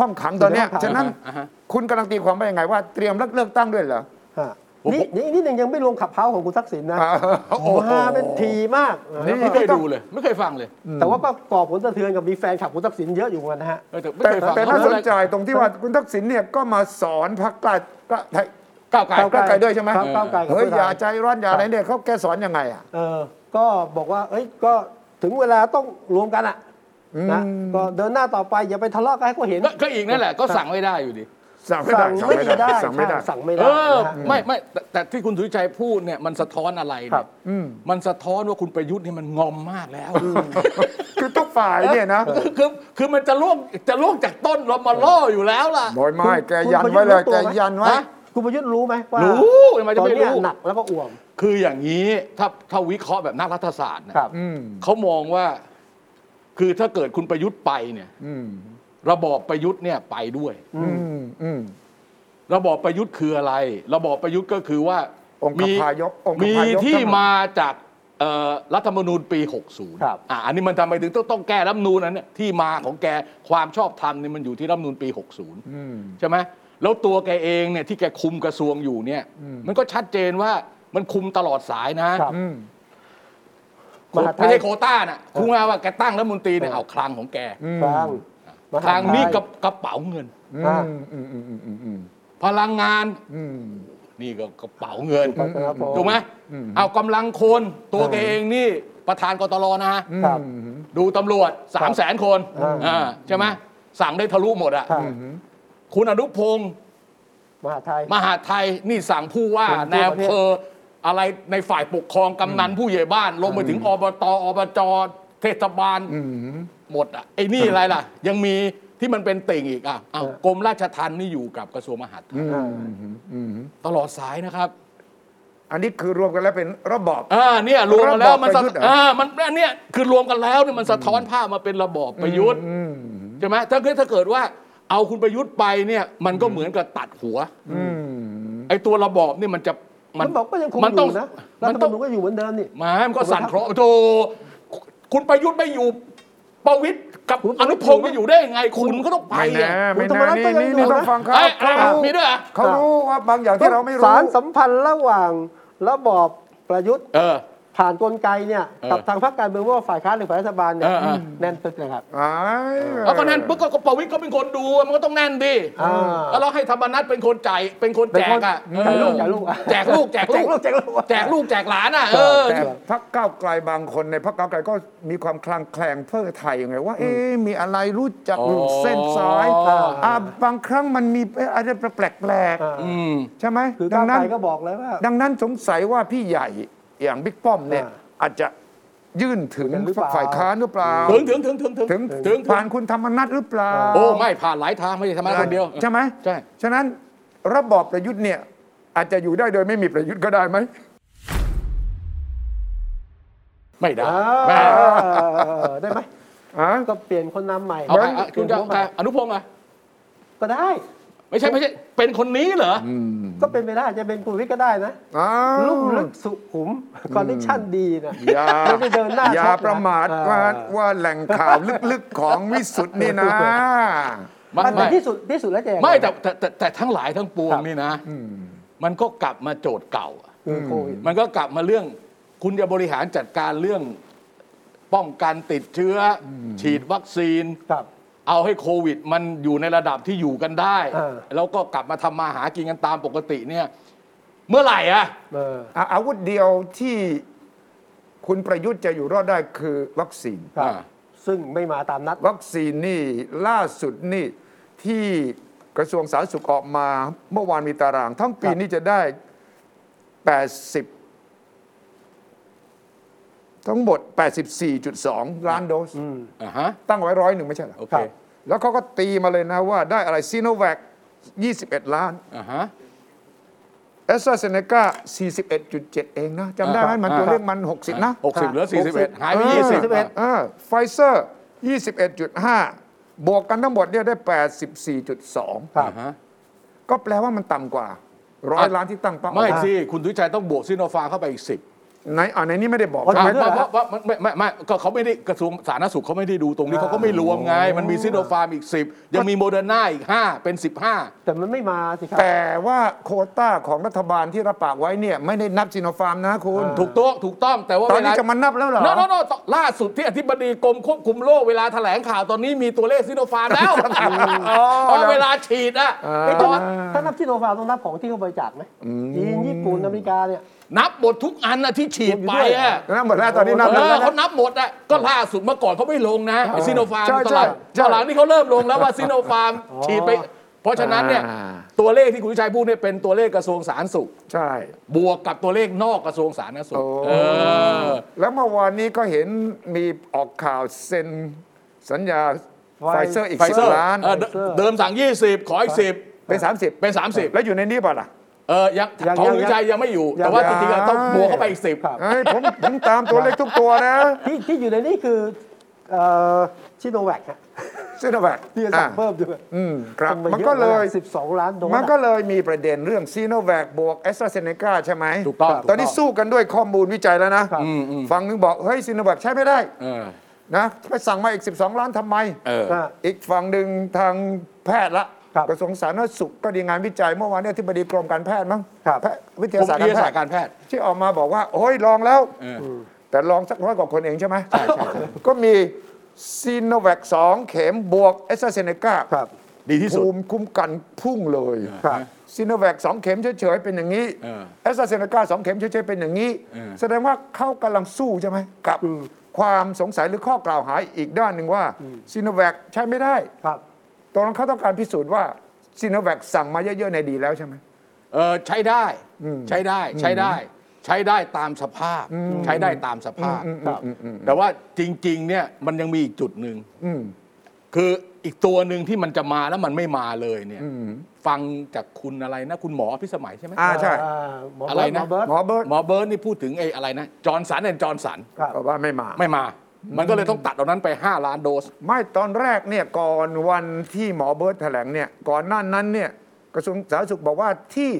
Speaker 3: ห้องขังตอนเนี้ย
Speaker 1: อยู่ในห้องขัง
Speaker 3: ฉะนั้น
Speaker 2: อ่าฮะ
Speaker 3: คุณกำลังตีความว่ายังไงว่าเตรียมเลือกตั้งด้วยเหรอ
Speaker 1: อ่ะ
Speaker 2: ผม
Speaker 1: นี่นี่นี่หนึ่งยังไม่ลงขับเฮ้าส์ของคุณทักษิณนะ
Speaker 3: อ่าโอ้โห
Speaker 1: มาเป็นทีมากนะ
Speaker 3: นี่
Speaker 1: แล้วก็
Speaker 2: ไม่เคยดูเลย ไม่เคยฟังเลย
Speaker 1: แต่ว่าก็ก่อผลสะเทือนกับมีแฟนขับคุณทักษิณเยอะอยู่เหมือนกันนะฮะ
Speaker 2: เออแต่ไม่
Speaker 3: แต่
Speaker 2: เคยฟัง
Speaker 3: แต่น่าสนใจตรงที่ว่าคุณทักษิณเนี่ยก็มาสอนพักกล้าก็ไทย
Speaker 2: ก้าวไกล
Speaker 1: ก้าว
Speaker 3: กล้าไกลด้วยใช่ไหม
Speaker 1: ครับก้าวไกลกับ
Speaker 3: เฮ้ย
Speaker 1: เพื่อไทย
Speaker 3: อย่าใจร้อนอย่าอะไรเนี่ยเขาแกสอนยังไงอ่ะ
Speaker 1: เออก็บอกว่าเอ้ยก็ถึงเวลาต้องรวมกันอ่ะนะก็เดินหน้าต่อไปอย่าไปทะเลาะกันให้เขาเห็น
Speaker 2: ก็ก็อีกนั่นแหละก็สั่งไม่ได้อยู่ดี
Speaker 3: สั่งไม่ได้
Speaker 1: สั่งไม่ได้
Speaker 3: สั่งไม่ได้
Speaker 1: ใช่สั่งไม่
Speaker 2: เอ
Speaker 1: ได้
Speaker 2: อ
Speaker 1: นะฮะ
Speaker 2: ไม่ไม่แต่แต่ที่คุณสุวิชัยพูดเนี่ยมันสะท้อนอะไร
Speaker 1: ครั
Speaker 2: เนี่ย
Speaker 1: บ
Speaker 2: มันสะท้อนว่าคุณประยุทธ์นี่มันงอมมากแล้ว
Speaker 3: คือทุกฝ่ายเนี่ยนะ
Speaker 2: คือคือคือมันจะล่วงจะล่วงจากต้นเรามาล่ออยู่แล้วล่ะ
Speaker 3: บอยไม้แก
Speaker 1: คุณ
Speaker 3: ยันไว้เลย
Speaker 1: คุณ
Speaker 3: แก
Speaker 1: ประทธ์รู้ตัวหม
Speaker 3: ยันไว้
Speaker 1: ฮะคุณประยุทธ์รู้ไหมว่า
Speaker 2: รู้ทำไมจะ
Speaker 1: ตอน
Speaker 2: ไม่รู้
Speaker 1: เนี้ยหนักแล้วก็อ่วม
Speaker 2: คืออย่างนี้ถ้าถ้าวิเคราะห์แบบนักรัฐศาสตร์นะครับ
Speaker 3: อืม
Speaker 2: เขามองว่า คือถ้าเกิดคุณประยุทธ์ไปเนี่ย
Speaker 3: อืม
Speaker 2: ระบอบประยุทธ์เนี่ยไปด้วย
Speaker 3: อืมอืม
Speaker 2: ระบอบประยุทธ์คืออะไร ระบอบประยุทธ์ก็คือว่า
Speaker 3: องค์คพยพองค์คพยพ
Speaker 2: มี
Speaker 3: ทั้งหมด
Speaker 2: ที่มาจากเอ่อรัฐธรรมนูญปี 60
Speaker 1: ครับ
Speaker 2: อ่ะอันนี้มันทำไมถึงต้องต้องแก้รัฐธรรมนูญนั้นเนี่ยที่มาของแกความชอบธรรมเนี่ยมันอยู่ที่รัฐธรรมนูญปี
Speaker 3: อืม
Speaker 2: 60 ใช่ไหมแล้วตัวแกเองเนี่ยที่แกคุมกระทรวงอยู่เนี่ย มันก็ชัดเจนว่ามันคุมตลอดสายนะ
Speaker 1: ครับ
Speaker 3: อืม
Speaker 1: มหาไท
Speaker 2: ไม่
Speaker 1: ย
Speaker 2: ใช่โควต้าน่ะคุณว่าว่าแกตั้งรัฐมนตรีเนี่ยเอาคลังของแก
Speaker 1: กลางมห
Speaker 2: คลัง
Speaker 1: ไทย
Speaker 2: นี่กับกระเป๋าเงิน
Speaker 3: อื
Speaker 1: อ่า
Speaker 3: มอืมอืมอืมอืมอืม
Speaker 2: พลังงาน
Speaker 3: อืม
Speaker 2: นี่ก็กระเป๋าเงิน
Speaker 1: ครับผ
Speaker 2: ถูกไหม
Speaker 3: อืม
Speaker 2: เอากำลังคนตัวแกเองนี่ประธานกตรนะ
Speaker 1: ครับ
Speaker 2: ดูตำรวจ 3 0 0แสนคน
Speaker 1: อ่า
Speaker 2: อ่าใช่ไหมสั่งได้ทะลุหมดอ่ะ
Speaker 1: ครับ
Speaker 2: คุณอนุพงศ์
Speaker 1: มหาไทย
Speaker 2: มหาดไทยนี่สั่งผู้ว่า
Speaker 1: คนทั่ว
Speaker 2: แนว
Speaker 1: ประเทศ
Speaker 2: เพออะไรในฝ่ายปกครองกำนันผู้ใหญ่บ้าน ลงไปถึงอบตอบจเทศบาล
Speaker 3: อืม
Speaker 2: หมดอ่ะไอ้นี่อะไรล่ะ ยังมีที่มันเป็นติ่งอีกอ่ะอ้าวกรมราชทัณฑ์นี่อยู่กับกระทรวงมหาดไทย
Speaker 3: อืมอืม
Speaker 2: ตลอดสายนะครับ
Speaker 3: อันนี้คือรวมกันแล้วเป็นระบอบ
Speaker 2: อ่าเนี่ยรวมกันแล้วมันสะ
Speaker 3: ระบอบประยุทธ์เหรอ
Speaker 2: อ่ามันอันเนี่ยคือรวมกันแล้วเนี่ยมันสะท้อนภาพมาเป็นระบอบประยุทธ์
Speaker 3: อืม
Speaker 2: ใช่ไหมถ้าเกิดถ้าเกิดว่าเอาคุณประยุทธ์ไปเนี่ยมันก็เหมือนกับตัดหัว
Speaker 3: อืม
Speaker 2: ไอ้ตัวระบอบเนี่ยมันจะ
Speaker 1: มันบอกก็ยังคงอ
Speaker 2: มันต้
Speaker 1: ยู่นะรั
Speaker 2: มั
Speaker 1: ฐ
Speaker 2: น
Speaker 1: ธรร
Speaker 2: ต้
Speaker 1: มนู
Speaker 2: อง
Speaker 1: ญก็อยู่เหมือนเดิมนี่
Speaker 2: ไมามันก็สั่นเคราะห์โธ่คุณประยุทธ์ไม่อยู่ประวิตยกับ
Speaker 1: คุณ
Speaker 2: อนุพงศ์จะอยู่ได้ยังไงคุณมันก็ต้องไป
Speaker 3: ไม่
Speaker 2: อ่ะ
Speaker 3: แน่ไม่
Speaker 1: คุณธรรมนัส
Speaker 3: แน่นี่
Speaker 1: ก็ยัง
Speaker 3: นี่
Speaker 1: อยู่
Speaker 3: นี่
Speaker 1: นะ
Speaker 3: ต้องฟังเขา
Speaker 2: เอ้ยอะไร
Speaker 3: เขา
Speaker 2: อ่ะ
Speaker 3: รู้
Speaker 2: มีด้วยเหรอ่ะ
Speaker 3: เขารู้ว่าบางอย่างที่เราไม่รู้
Speaker 1: สารสัมพันธ์ระหว่างระบอบประยุทธ์
Speaker 2: เออ
Speaker 1: ผ่านกลไกเนี่ย
Speaker 2: เออ
Speaker 1: กับทางพรรคการเมืองว่าฝ่ายค้านหรือฝ่ายรัฐบาลเนี่ย
Speaker 2: เออเออ
Speaker 1: แน่นตึกนะครับ
Speaker 3: อ้า
Speaker 2: แล้วก็แน่นปุ๊บก็ประวิตยก็เป็นคนดูมันก็ต้องแน่นดิ
Speaker 1: อ่า
Speaker 2: แล้วเราให้ธรรมนัตเป็นคนจ่ายเป็นคนแจกอ่ะ
Speaker 1: เป็นคนจ่ายลูก
Speaker 2: เออ
Speaker 1: จ่าย
Speaker 2: แจก
Speaker 1: ลู
Speaker 2: ลู
Speaker 1: ก
Speaker 2: กแจกลูก
Speaker 1: แจกลูกแจ
Speaker 2: แจ
Speaker 1: ก
Speaker 2: ก
Speaker 1: ลู
Speaker 2: ลู
Speaker 1: ก
Speaker 2: กแจกหลานอ่ะเออ
Speaker 3: แต่พักก้าวไกลบางคนในพักก้าวไกลก็มีความคลางแคลงเพื่อไทยยังไงว่า เอ๊ะมีอะไรรู้จักเส้นสาย
Speaker 2: อ๋อ
Speaker 1: อ่ะ
Speaker 3: อ่าบางครั้งมันมีอะไรแปลกๆ
Speaker 1: อ่า
Speaker 2: อืม
Speaker 3: ใช่ไหม
Speaker 1: คือ
Speaker 3: ดั
Speaker 1: ก้าว
Speaker 3: นั้
Speaker 1: ไก
Speaker 3: น
Speaker 1: ลก็บอกเลยว่า
Speaker 3: ดังนั้นสงสัยว่าพี่ใหญ่อย่างบิ๊กป้อมเนี่ย
Speaker 1: อ่า
Speaker 3: อาจจะยื่นถึง
Speaker 1: ถึงหรือเปล่า
Speaker 3: ฝ่ายค้านหรือเปล่า
Speaker 2: ถึงถึงถึงถึง
Speaker 3: ถึง
Speaker 2: ถึง
Speaker 3: ผ่านคุณธรรมนัฐหรือเปล่า
Speaker 2: โอ้ไม่ผ่านหลายทางไม่ใช่ธรรมนัตคนเดียว
Speaker 3: ใช่ไหม
Speaker 2: ใช่
Speaker 3: ฉะนั้นระบอบประยุทธ์เนี่ยอาจจะอยู่ได้โดยไม่มีประยุทธ์ก็ได้ไหม
Speaker 2: ไม่ได้
Speaker 1: อ่า
Speaker 2: แม่
Speaker 1: ได้ไหม
Speaker 3: ฮะ
Speaker 1: ก็เปลี่ยนคนนำใหม่
Speaker 2: เอาไปอ่ะ
Speaker 1: เป
Speaker 2: คุ
Speaker 1: ลี่
Speaker 2: ณ
Speaker 1: ยน
Speaker 2: จะ
Speaker 1: หัวใหม่
Speaker 2: อ่ะอนุพงศ์อ่ะ
Speaker 1: ก็ได้
Speaker 2: ไม่ใช่ไม่ใช่เป็นคนนี้เหรออ
Speaker 1: ก็เป็นไปได้จะเป็นคุณวิทย์ก็ได้นะ
Speaker 3: อ้าว
Speaker 1: ลุ่มลึกสุขุมคอนดิชั่นดีนะ
Speaker 3: อย่า
Speaker 1: ไม่ได้เดินหน้า
Speaker 3: อย่า
Speaker 1: ช็อตน
Speaker 3: ประมาทว่า
Speaker 1: เออ
Speaker 3: ว่าแหล่งข่าวลึกๆของวิสุทธ์นี่นะ
Speaker 2: ไม่
Speaker 1: มันเป็
Speaker 2: ไม่
Speaker 1: นที่สุดที่สุดแล้วจะยังง
Speaker 2: ไม่แต่แต่แต่แต่ทั้งหลายทั้งปวง
Speaker 1: ครับ
Speaker 2: นี่นะมันก็กลับมาโจทย์เก่าอ่ะ
Speaker 1: คือโควิด
Speaker 2: มันก็กลับมาเรื่อง คุณจะบริหารจัดการเรื่อง ป้องกันติดเชื้ออฉีดวัคซีน
Speaker 1: ครับ
Speaker 2: เอาให้โควิดมันอยู่ในระดับที่อยู่กันได้
Speaker 1: เออ
Speaker 2: แล้วก็กลับมาทำมาหากินกันตามปกติเนี่ย เมื่อไหร่อะ
Speaker 1: เออ
Speaker 3: อ่ะอาวุธเดียวที่คุณประยุทธ์จะอยู่รอดได้คือวัคซีน
Speaker 1: ครับ
Speaker 2: อ่า
Speaker 1: ซึ่งไม่มาตามนัด
Speaker 3: วัคซีนนี่ล่าสุดนี่ที่กระทรวงสาธารณสุขออกมาเมื่อวานมีตาราง ทั้งปี
Speaker 1: ครับ
Speaker 3: นี้จะได้ 80 ทั้งหมด 84.2 ล้านโดส
Speaker 2: อ่าฮะ
Speaker 3: ตั้งไว้ร้อยหนึ่งไม่ใช่เหรอ
Speaker 2: โอเค
Speaker 3: ครับแล้วเขาก็ตีมาเลยนะว่าได้อะไรซีโนแวค21 ล้าน
Speaker 2: อ่าฮะ
Speaker 3: แอสตราเซเนกา41.7 เองนะจำได้ไหมมัน
Speaker 2: อ่า
Speaker 3: ตัวเลขมัน 60 นะ
Speaker 2: หกสิบเหลือสี่สิบเอ็ดหายไป
Speaker 3: เออ
Speaker 2: ยี่สิบ
Speaker 3: 41เออไฟเซอร์ 21.5 บวกกันทั้งหมดเนี่ยได้ 84.2
Speaker 1: ครับ
Speaker 2: อ่าฮะ
Speaker 3: ก็แปลว่ามันต่ำกว่า ร้อยล้านที่ตั้งเป้า
Speaker 2: ไม่
Speaker 3: เอาว้
Speaker 2: สิคุณทุชัยต้องบวกซิโนฟาร์มเข้าไปอีกสิบ
Speaker 3: ในอ่าในนี้ไม่ได้บอก
Speaker 1: อ๋อ
Speaker 2: เพราะ
Speaker 1: ด้วยเหรอ
Speaker 2: ว่าไม่ไม่ไม่ก็เขาไม่ได้กระทรวงสาธารณสุขเขาไม่ได้ดูตรงนี้เขาก็ไม่รวมไง มันมีซิโนฟาร์มอีกสิบยังมีโมเดอร์นาอีกห้าเป็นสิบห้า
Speaker 1: แต่มันไม่มาสิครับ
Speaker 3: แต่ว่าโควต้าของรัฐบาลที่รับปากไว้เนี่ย ไม่ได้นับซีโนฟาร์มนะคุณ
Speaker 2: ถูกต้องถูกต้องแต่ว่า
Speaker 3: ตอน
Speaker 2: เว
Speaker 3: นี้
Speaker 2: ลา
Speaker 3: จะมานับแล้วเหรอ
Speaker 2: โนโนโนล่าสุดที่อธิบดีกรมควบคุมโรคเวลาแถลงข่าวตอนนี้มีตัวเลขซิโนฟาร์มแล้วเพราะเวลาฉีดอะไอ้ตอน
Speaker 1: ถ้านับที่โนฟาต้องนับของที่เขาบริจาคไหมจีนญี่ปุ่นอเมริกาเนี่ย
Speaker 2: นับหมดทุกอันนะที่ฉีดไปอะ
Speaker 3: นับหมดแล้วตอนนี้นับ
Speaker 2: เอ
Speaker 3: แล้ว
Speaker 2: อ
Speaker 3: นะ
Speaker 2: เขานับหมดอะก็ล่าสุดเมื่อก่อนเขาไม่ลงนะไอ้ซิโนฟาร์ม
Speaker 3: ใช่
Speaker 2: ตอนหลัง
Speaker 3: ใช่
Speaker 2: ตอนหลังนี่เขาเริ่มลงแล้ว ว่าซิโนฟาร์มฉีดไป
Speaker 1: อ๋อ
Speaker 2: เพราะฉะนั้นเนี่ย
Speaker 3: อ่า
Speaker 2: ตัวเลขที่คุณวิชัยพูดเนี่ยเป็นตัวเลขกระทรวงสาธารณสุข
Speaker 3: ใช่
Speaker 2: บวกกับตัวเลขนอกกระทรวงสาธารณสุข
Speaker 3: โอ้
Speaker 2: เออ
Speaker 3: แล้วเมื่อวานนี้ก็เห็นมีออกข่าวเซ็นสัญญา
Speaker 1: ไฟ
Speaker 3: ไฟเซอร์อีก
Speaker 2: ไฟ
Speaker 3: สิ
Speaker 2: เซอร์
Speaker 3: ล้าน
Speaker 2: เอ่อเดิมเดิมสั่ง 20 ขออีก
Speaker 3: เป็น 30
Speaker 2: 10 เป็น 30
Speaker 3: แล้วอยู่ในนี้ป่ะล่ะ
Speaker 2: เออยัง
Speaker 1: ยัง
Speaker 2: ของ
Speaker 1: ยัง
Speaker 2: วิจัยยังไม่อยู่
Speaker 1: ยัง
Speaker 2: แต่ว่า
Speaker 1: ยั
Speaker 2: จ
Speaker 1: ง
Speaker 2: ริงๆอะต้องบวกเข้าไปอีก
Speaker 1: ครับ
Speaker 3: เอ้ยผมผมตามตัวเลขทุกตัว นะ
Speaker 1: ที่ที่อยู่ในนี้คือเอ่อชิโนแวคฮะ
Speaker 3: ซิโนแวค
Speaker 1: ที่จะสั่งเพิ่มด้วย
Speaker 3: อืมครับ
Speaker 1: ทำไ
Speaker 3: มันก็เลย
Speaker 1: 12 ล้านโดส
Speaker 3: มันก็
Speaker 1: อะ
Speaker 3: เลยมีประเด็นเรื่องซีโนแวคบวกแอสตราเซเนกาใช่ไหม
Speaker 2: 10 ถูกต้อง
Speaker 3: ตอนนี้สู้กันด้วยข้อมูลวิจัยแล้วนะ
Speaker 1: ครับ
Speaker 3: ฟังนึงบอก เฮ้ยซีโนแวคใช้ไม่ได้
Speaker 2: เออ
Speaker 3: นะไปสั่งมาอีก 12 ล้านทำไม
Speaker 2: เออ
Speaker 1: อ่ะ
Speaker 3: อีกฝั่งหนึ่งทางแพทย์ละ
Speaker 1: ครับ
Speaker 3: กระทรวงสาธารณสุขก็ดีงานวิจัยเมื่อวานเนี่ยที่บดีกรมการแพทย์มั้ง
Speaker 1: ครับ
Speaker 3: แพทย์วิทยาศาสตร์การ
Speaker 2: วิทยา
Speaker 3: แพ
Speaker 2: ศาส
Speaker 3: ท
Speaker 2: ต
Speaker 3: ย์
Speaker 2: ร์การแพทย์
Speaker 3: ที่ออกมาบอกว่า โอ้ยลองแล้ว
Speaker 2: เออ
Speaker 3: แต่ลองสักร้อยกว่าคนเองใช่ไหมใช่ก็มีซีโนแวคสองเข็มบวกแอสตราเซเนกา
Speaker 1: ครับ
Speaker 2: ดีที่สุด
Speaker 3: ภูมิคุ้มกันพุ่งเลย
Speaker 1: ครับ
Speaker 3: ซีโนแวคสองเข็มเฉยๆเป็นอย่างนี้
Speaker 2: เออ
Speaker 3: แอสตราเซเนกาสองเข็มเฉยๆเป็นอย่างนี้
Speaker 2: เออ
Speaker 3: แสดงว่าเขากำลังสู้ใช่ไหมกับความสงสัยหรือข้อกล่าวหาอีกด้านหนึ่งว่าซีโนแวคใช้ไม่ได้
Speaker 1: ครับ
Speaker 3: ตอนนั้นเขาต้องการพิสูจน์ว่าซีโนแวคสั่งมาเยอะๆในดีแล้วใช่ไหม
Speaker 2: เออใช้ได้ใช้ได้ใช้ได้ ใช้ได้ตามสภาพ ใช้ได้ตามสภาพครับแต่ว่าจริงๆเนี่ยมันยังมีอีกจุดหนึ่งคืออีกตัวหนึ่งที่มันจะมาแล้วมันไม่มาเลยเนี่ยฟังจากคุณอะไรนะ คุณหมอพิสมัยใช่ไหม
Speaker 3: อ่าใช่
Speaker 1: อ่าหมอ
Speaker 2: อะ
Speaker 1: อะไร ไร
Speaker 2: นะ
Speaker 1: นะเบิร์ต
Speaker 3: หมอเบิร์ต
Speaker 2: หมอเบิร์ดนี่พูดถึงไอ้อะไรนะจอร์นสันแอนจอร์นสัน
Speaker 1: ครับ
Speaker 3: บอกว่าไม่มา
Speaker 2: ไม่มา มันก็เลยต้องตัดเอานั้นไป 5 ล้านโดส
Speaker 3: ไม่ตอนแรกเนี่ยก่อนวันที่หมอเบิร์ตแถลงเนี่ยก่อนหน้านั้นเนี่ยกระทรวงสาธารณสุขบอกว่าที่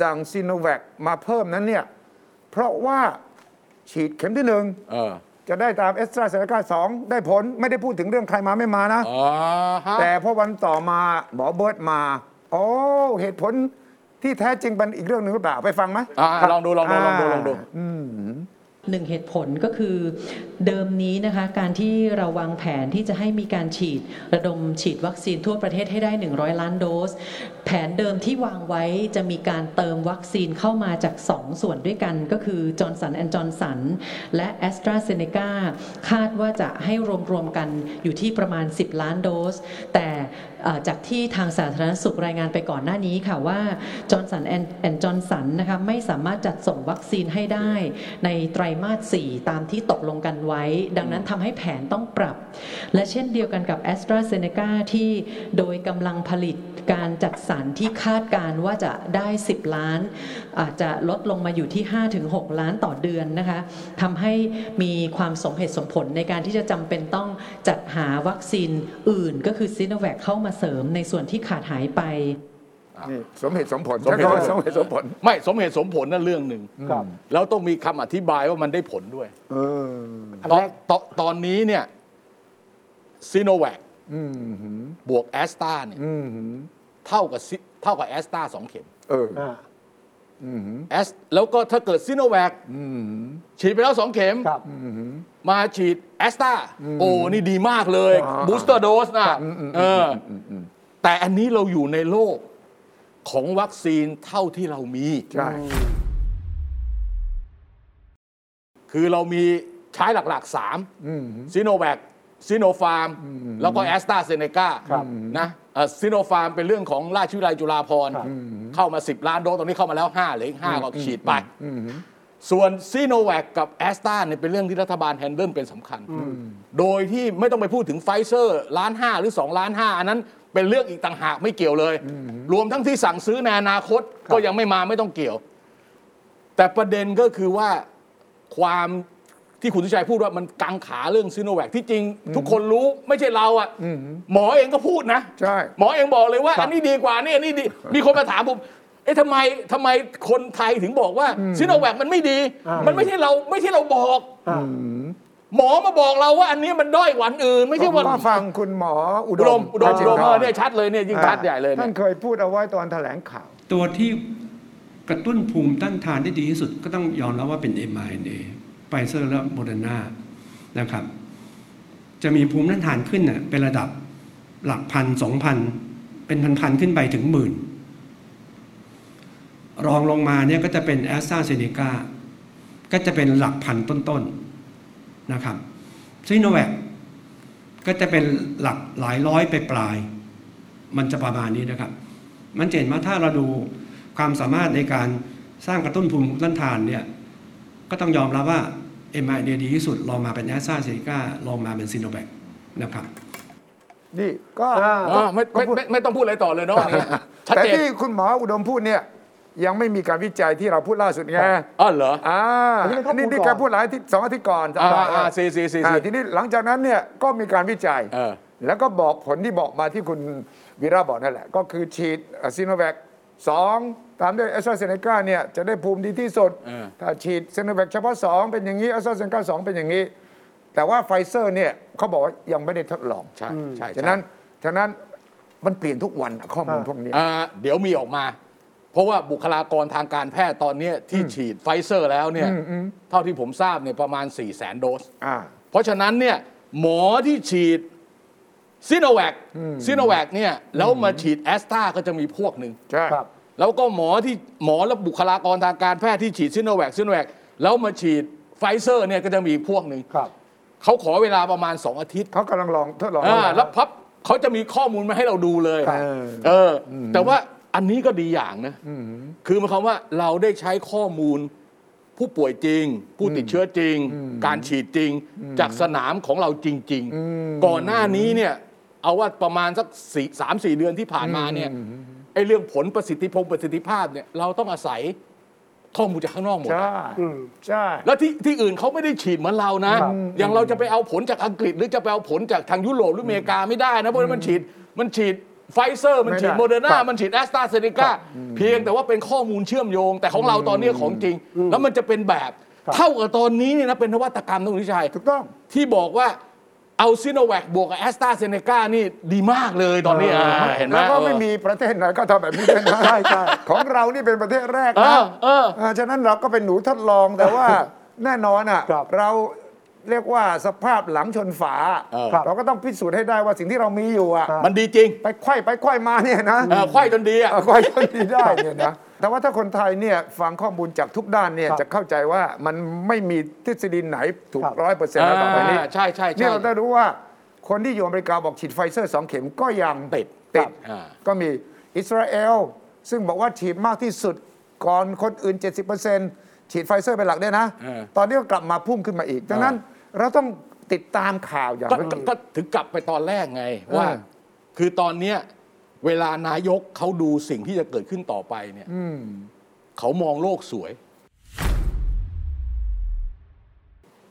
Speaker 3: สั่งซีโนแวคมาเพิ่มนั้นเนี่ยเพราะว่าฉีดเข็มที่หนึ่ง
Speaker 2: เออ
Speaker 3: จะได้ตามเอสตราเซเนกาสองได้ผลไม่ได้พูดถึงเรื่องใครมาไม่มานะ
Speaker 2: อ๋อฮะ
Speaker 3: แต่พอวันต่อมาหมอเบิร์ตมาอ๋อเหตุผลที่แท้จริงเป็นอีกเรื่องหนึ่งหรือเปล่าไปฟังไหม
Speaker 2: อ่าลองดู ลองดู ลองดู ลองดู
Speaker 4: หนึ่งเหตุผลก็คือเดิมนี้นะคะการที่เราวางแผนที่จะให้มีการฉีดระดมฉีดวัคซีนทั่วประเทศให้ได้ 100 ล้านโดส แผนเดิมที่วางไว้จะมีการเติมวัคซีนเข้ามาจาก 2 ส่วนด้วยกัน ก็คือจอร์นสันแอนจอร์นสันและแอสตราเซเนกาคาดว่าจะให้รวมๆกันอยู่ที่ประมาณ 10 ล้านโดส แต่เอ่อจากที่ทางสาธารณสุขรายงานไปก่อนหน้านี้ค่ะว่าจอร์นสันแอนจอร์นสันนะคะไม่สามารถจัดส่งวัคซีนให้ได้ ในไตรมาส 4 ตามที่ตกลงกันไว้ ดังนั้นทำให้แผนต้องปรับ และเช่นเดียวกันกับ a s t r a z e ซ e c a ที่โดยกำลังผลิตการจัดสรรที่คาดการว่าจะได้ 10 ล้าน อาจจะลดลงมาอยู่ที่ 5-6 ล้านต่อเดือนนะคะทำให้มีความสมเหตุสมผลในการที่จะจำเป็นต้องจัดหาวัคซีนอื่น ก็คือซ i โนแว c เข้ามาเสริมในส่วนที่ขาดหายไป
Speaker 3: นี่สมเหตุสมผล
Speaker 2: สมเหตุ
Speaker 3: ใช้คำว่าสมเหตุสมผล
Speaker 2: ไม่สมเหตุสมผลนั่นเรื่องหนึ่ง
Speaker 1: ครับ
Speaker 2: แล้วต้องมีคำอธิบายว่ามันได้ผลด้วย
Speaker 1: อัน
Speaker 2: ตอ
Speaker 1: แร
Speaker 2: น
Speaker 1: ก
Speaker 2: ตอนตอนนี้เนี่ยซีโนแวคบวกแอสตาเนี่ยเท่ากับซิเท่ากับแอสตาสองเข็ม
Speaker 3: เออ
Speaker 1: อ่า
Speaker 2: แอสแล้วก็ถ้าเกิดซิโนแวคฉีดไปแล้วสองเข็ม
Speaker 1: ครับ
Speaker 2: มาฉีดแอสตราโอ้ นี่ดีมากเลย
Speaker 3: อ่า
Speaker 2: บูสเตอร์โดสนะเอออแต่อันนี้เราอยู่ในโลกของวัคซีนเท่าที่เรามี
Speaker 3: ใช่
Speaker 2: คือเรามีใช้หลักๆ 3ซิโนแวคซิโนฟาร์ม แล้วก็แอสตราเซเนกา
Speaker 1: ครับ
Speaker 2: นะซิโนฟาร์มเป็นเรื่องของราชวิทยาลัยจุฬาภรณ์
Speaker 1: ครับ
Speaker 2: เข้ามา 10 ล้านโดสตอนนี้เข้ามาแล้ว 5 เหลืออีก 5 ก็ฉีดไป ส่วนซีโนแว c กับแอสตราเนี่ยเป็นเรื่องที่รัฐบาลแฮนเดิลเป็นสำคัญ โดยที่ไม่ต้องไปพูดถึงไฟเซอร์ล้านห้าหรือ2ล้านห้าอันนั้นเป็นเรื่องอีกต่างหากไม่เกี่ยวเลย รวมทั้งที่สั่งซื้อในอนาคตก็ยังไม่มาไม่ต้องเกี่ยว แต่ประเด็นก็คือว่าความที่คุณทุชัยพูดว่ามันกังขาเรื่องซีโนแว c ที่จริง ทุกคนรู้ไม่ใช่เราอะ่ะหมอเองก็พูดนะ
Speaker 3: ใช่
Speaker 2: หมอเองบอกเลยว่า อันนี้ดีกว่านี่อันนี้ดี มีคนมาถามผม เอ๊ะทำไมทำไมคนไทยถึงบอกว่าซิโนแวคมันไม่ดี
Speaker 1: อ่ามั
Speaker 2: มันไม่ใช่เราไม่ใช่เราบอก
Speaker 1: อ่า
Speaker 2: หมอมาบอกเราว่าอันนี้มันด้อยกว่าอันอื่น ไม่ใช่ว่า
Speaker 3: ก็ฟังคุณหมออุ
Speaker 2: อุดมอุดมอุดม
Speaker 3: จิต
Speaker 2: เอ
Speaker 3: ร
Speaker 2: อเนี่ยชัดเลยเนี่ยยิ่งชัดใหญ่เลยเนี่
Speaker 3: ท่าย นเคยพูดเอาไว้ตอนแถลงข่าว
Speaker 5: ตัวที่กระตุ้นภูมิต้านทานได้ดีที่สุดก็ต้องยอมรับว่าเป็น mRNA ไฟเซอร์และโมเดอร์นานะครับ จะมีภูมิต้านทานขึ้นน่ะเป็นระดับหลักพันสองพันเป็นพันพันๆขึ้นไปถึงหมื่น รองลงมาเนี่ยก็จะเป็นแอสตราเซเนกาก็จะเป็นหลักพันต้นๆนนะครับซีโนแวคก็จะเป็นหลักหลายร้อยไปปลายๆมันจะประมาณนี้นะครับ มันจะเห็นว่าถ้าเราดูความสามารถในการสร้างกระตุ้นภูมิต้านทานเนี่ยก็ต้องยอมรับว่า m r n a ดีที่สุดลองมาเป็นแอสตราเซเนกาลองมาเป็นซีโนแวคนะครับ
Speaker 3: นี่ก็
Speaker 1: อ่า
Speaker 2: เออไม่ไม่ไม่ไม่ต้องพูดอะไรต่อเลยเนาะอันเนี้ยชัด
Speaker 3: แต่
Speaker 2: เจน
Speaker 3: ที่คุณหมออุดมพูดเนี่ยยังไม่มีการวิจัยที่เราพูดล่าสุดไง
Speaker 2: อ๋อเหรอ
Speaker 3: อ่า
Speaker 1: อันนี้เป็นข้อมูล
Speaker 3: นี่นี่
Speaker 1: ก่อน
Speaker 3: แการพูดหลายอาที่สองอาทิตย์ก่อน
Speaker 2: อ่าอ่า
Speaker 3: เ
Speaker 2: สี่สี่สี่
Speaker 3: อ่า
Speaker 2: สี่
Speaker 3: ทีนี้หลังจากนั้นเนี่ยก็มีการวิจัย
Speaker 2: เออ
Speaker 3: แล้วก็บอกผลที่บอกมาที่คุณวีระบอกนั่นแหละ ก็คือฉีดซีโนแวคสองตามด้วยแอสตราเซเนกาเนี่ยจะได้ภูมิดีที่สุด
Speaker 2: เออ
Speaker 3: ถ้าฉีดซีโนแวคเฉพาะ 2 เป็นอย่างนี้แอสตราเซเนกาสเป็นอย่างนี้ แต่ว่าไฟเซอร์เนี่ยเขาบอกว่ายังไม่ได้ทดลอง
Speaker 2: ใช่ใช่ใช่
Speaker 3: ฉะนั้นฉะนั้นมันเปลี่ยนทุกวันอะข้อมูลพวกนี้
Speaker 2: อ่าเดี๋ยวมีออกมา เพราะว่าบุคลากรทางการแพทย์ตอนเนี้ยที่ฉีดไฟเซอร์แล้วเนี่ยเท่าที่ผมทราบเนี่ยประมาณ 4 0 0 0 0 0โดส
Speaker 3: อ่า
Speaker 2: เพราะฉะนั้นเนี่ยหมอที่ฉีดซิโนแวคซิโนแวคเนี่ยแล้วมาฉีดแอสตราก็จะมีพวกหนึ่ง
Speaker 3: ใช่
Speaker 1: ครับ
Speaker 2: แล้วก็หมอที่หมอและบุคลากรทางการแพทย์ที่ฉีดซิโนแวคซิโนแวคแล้วมาฉีดไฟเซอร์เนี่ยก็จะมีพวกหนึ่ง
Speaker 1: ครับ
Speaker 2: เขาขอเวลาประมาณ 2 อาทิตย์
Speaker 3: เขากำลังลองทดลอง
Speaker 2: อ่า
Speaker 3: ว่า
Speaker 2: แล้วพับเขาจะมีข้อมูลมาให้เราดูเลย
Speaker 3: เออ
Speaker 2: เอออแต่ว่าอันนี้ก็ดีอย่างนะคือหมายความว่าเราได้ใช้ข้อมูลผู้ป่วยจริง ผู้ติดเชื้อจริง การฉีดจริง จากสนามของเราจริง ๆ ก่อนหน้านี้เนี่ยเอาว่าประมาณสักสี่สามสี่เดือนที่ผ่านมาเนี่ยไอ้เรื่องผลประสิทธิพงประสิทธิภาพเนี่ยเราต้องอาศัยข้อมูลจากข้างนอกหมด
Speaker 3: ใช่
Speaker 1: อืม
Speaker 3: ใช่
Speaker 2: แล้วที่ที่อื่นเขาไม่ได้ฉีดเหมือนเรานะ
Speaker 1: ครับ
Speaker 2: อย่างเราจะไปเอาผลจากอังกฤษ หรือจะไปเอาผลจากทางยุโรปหรืออเมริกาไม่ได้นะ เพราะว่ามันฉีดมันฉีดไฟเซอร์ มันฉีด
Speaker 3: ไม่ได้
Speaker 2: โมเดอร์นา
Speaker 3: ครับ
Speaker 2: มันฉีดแอสตราเซเนกาเพียงแต่ว่าเป็นข้อมูลเชื่อมโยง แต่ของเราตอนเนี้ยของจริง แล้วมันจะเป็นแบบเท่ากับตอนนี้เนี่ยนะเป็นนวัตกรรมตรงนี้ชัย
Speaker 3: ถูกต้อง
Speaker 2: ที่บอกว่าเอาซิโนแวคบวกกับแอสตราเซเนกานี่ดีมากเลยตอนนี้อ่าเห็นไหม
Speaker 3: แล้วก็ไม่
Speaker 2: เออ
Speaker 3: มีประเทศไหนก็ทำแบบนี้ด้วยนะ
Speaker 1: ใช่ใช่
Speaker 3: ของเรานี่เป็นประเทศแรก
Speaker 2: เอ
Speaker 3: นะ
Speaker 2: อเออ
Speaker 3: เออฉะนั้นเราก็เป็นหนูทดลองแต่ว่า แน่นอนอ่ะ
Speaker 1: ครับ
Speaker 3: เราเรียกว่าสภาพหลังชนฝา
Speaker 2: เออ
Speaker 1: ครับ
Speaker 3: เราก็ต้องพิสูจน์ให้ได้ว่าสิ่งที่เรามีอยู่อ่ะ
Speaker 2: มันดีจริง
Speaker 3: ไปไขว้ไปไขว้มาเนี่ยนะ
Speaker 2: เออไขว้จนดีอ่ะ
Speaker 3: เออไขว้จนดีได้เนี่ยนะแต่ว่าถ้าคนไทยเนี่ยฟังข้อมูลจากทุกด้านเนี่ย
Speaker 1: ครับ
Speaker 3: จะเข้าใจว่ามันไม่มีทฤษฎีไหนถู
Speaker 1: ครั
Speaker 3: ก
Speaker 1: บ
Speaker 3: ร้อยเปอร์เซ็นต์แล้วต่อไปนี้
Speaker 2: อ่าใช่ใช่ใช่
Speaker 3: เนี่ยเราได้รู้ว่าคนที่อยู่อเมริกาบอกฉีดไฟเซอร์สองเข็มก็ยัง
Speaker 2: ติด
Speaker 3: ติด
Speaker 2: อ่า
Speaker 3: ก็มีอิสราเอล ซึ่งบอกว่าฉีดมากที่สุดก่อนคนอื่น 70%ฉีดไฟเซอร์เป็นหลักด้วยนะ
Speaker 2: เออ
Speaker 3: ตอนนี้ก็กลับมาพุ่งขึ้นมาอีก ดังนั้นเราต้องติดตามข่าวอย่าง
Speaker 2: ก็
Speaker 3: ละ
Speaker 2: ก็
Speaker 3: เอียด
Speaker 2: ก็ถึงกลับไปตอนแรกไงว่า
Speaker 3: เออ
Speaker 2: คือตอนเนี้ยเวลานายกเขาดูสิ่งที่จะเกิดขึ้นต่อไปเนี่ยเขามองโลกสวย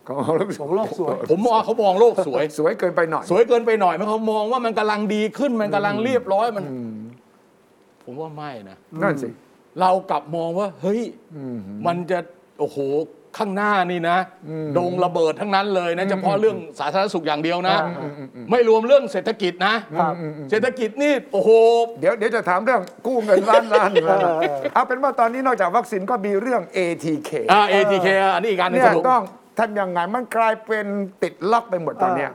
Speaker 3: ของ
Speaker 1: ของโลกสวย
Speaker 2: ผมมองเขามองโลกสวย
Speaker 3: สวยเกินไปหน่อย
Speaker 2: สวยเกินไปหน่อยไหมันเขามองว่ามันกำลังดีขึ้นมันกำลังเรียบร้อยมัน ผมว่าไม่นะ
Speaker 3: นั่นสิ
Speaker 2: เรากลับมองว่า เฮ้ยมันจะ โอ้โห ข้างหน้านี่นะดงระเบิดทั้งนั้นเลยนะเฉพาะเรื่องสาธารณสุขอย่างเดียวนะ ไม่รวมเรื่องเศรษฐกิจนะ
Speaker 1: ครับ
Speaker 2: เศรษฐกิจนี่โอ้โห
Speaker 3: เดี๋ยวเดี๋ยวจะถามเรื่องกู้เงินล้านล้านล้านเอาเป็นว่าตอนนี้นอกจากวัคซีนก็มีเรื่อง ATK
Speaker 2: อ่า ATK อันนี้อีกการหนึง
Speaker 3: เนี่ย
Speaker 2: สนุก
Speaker 3: ต้องทำยังไงมันกลายเป็นติดล็อกไปหมดตอนเนี้ย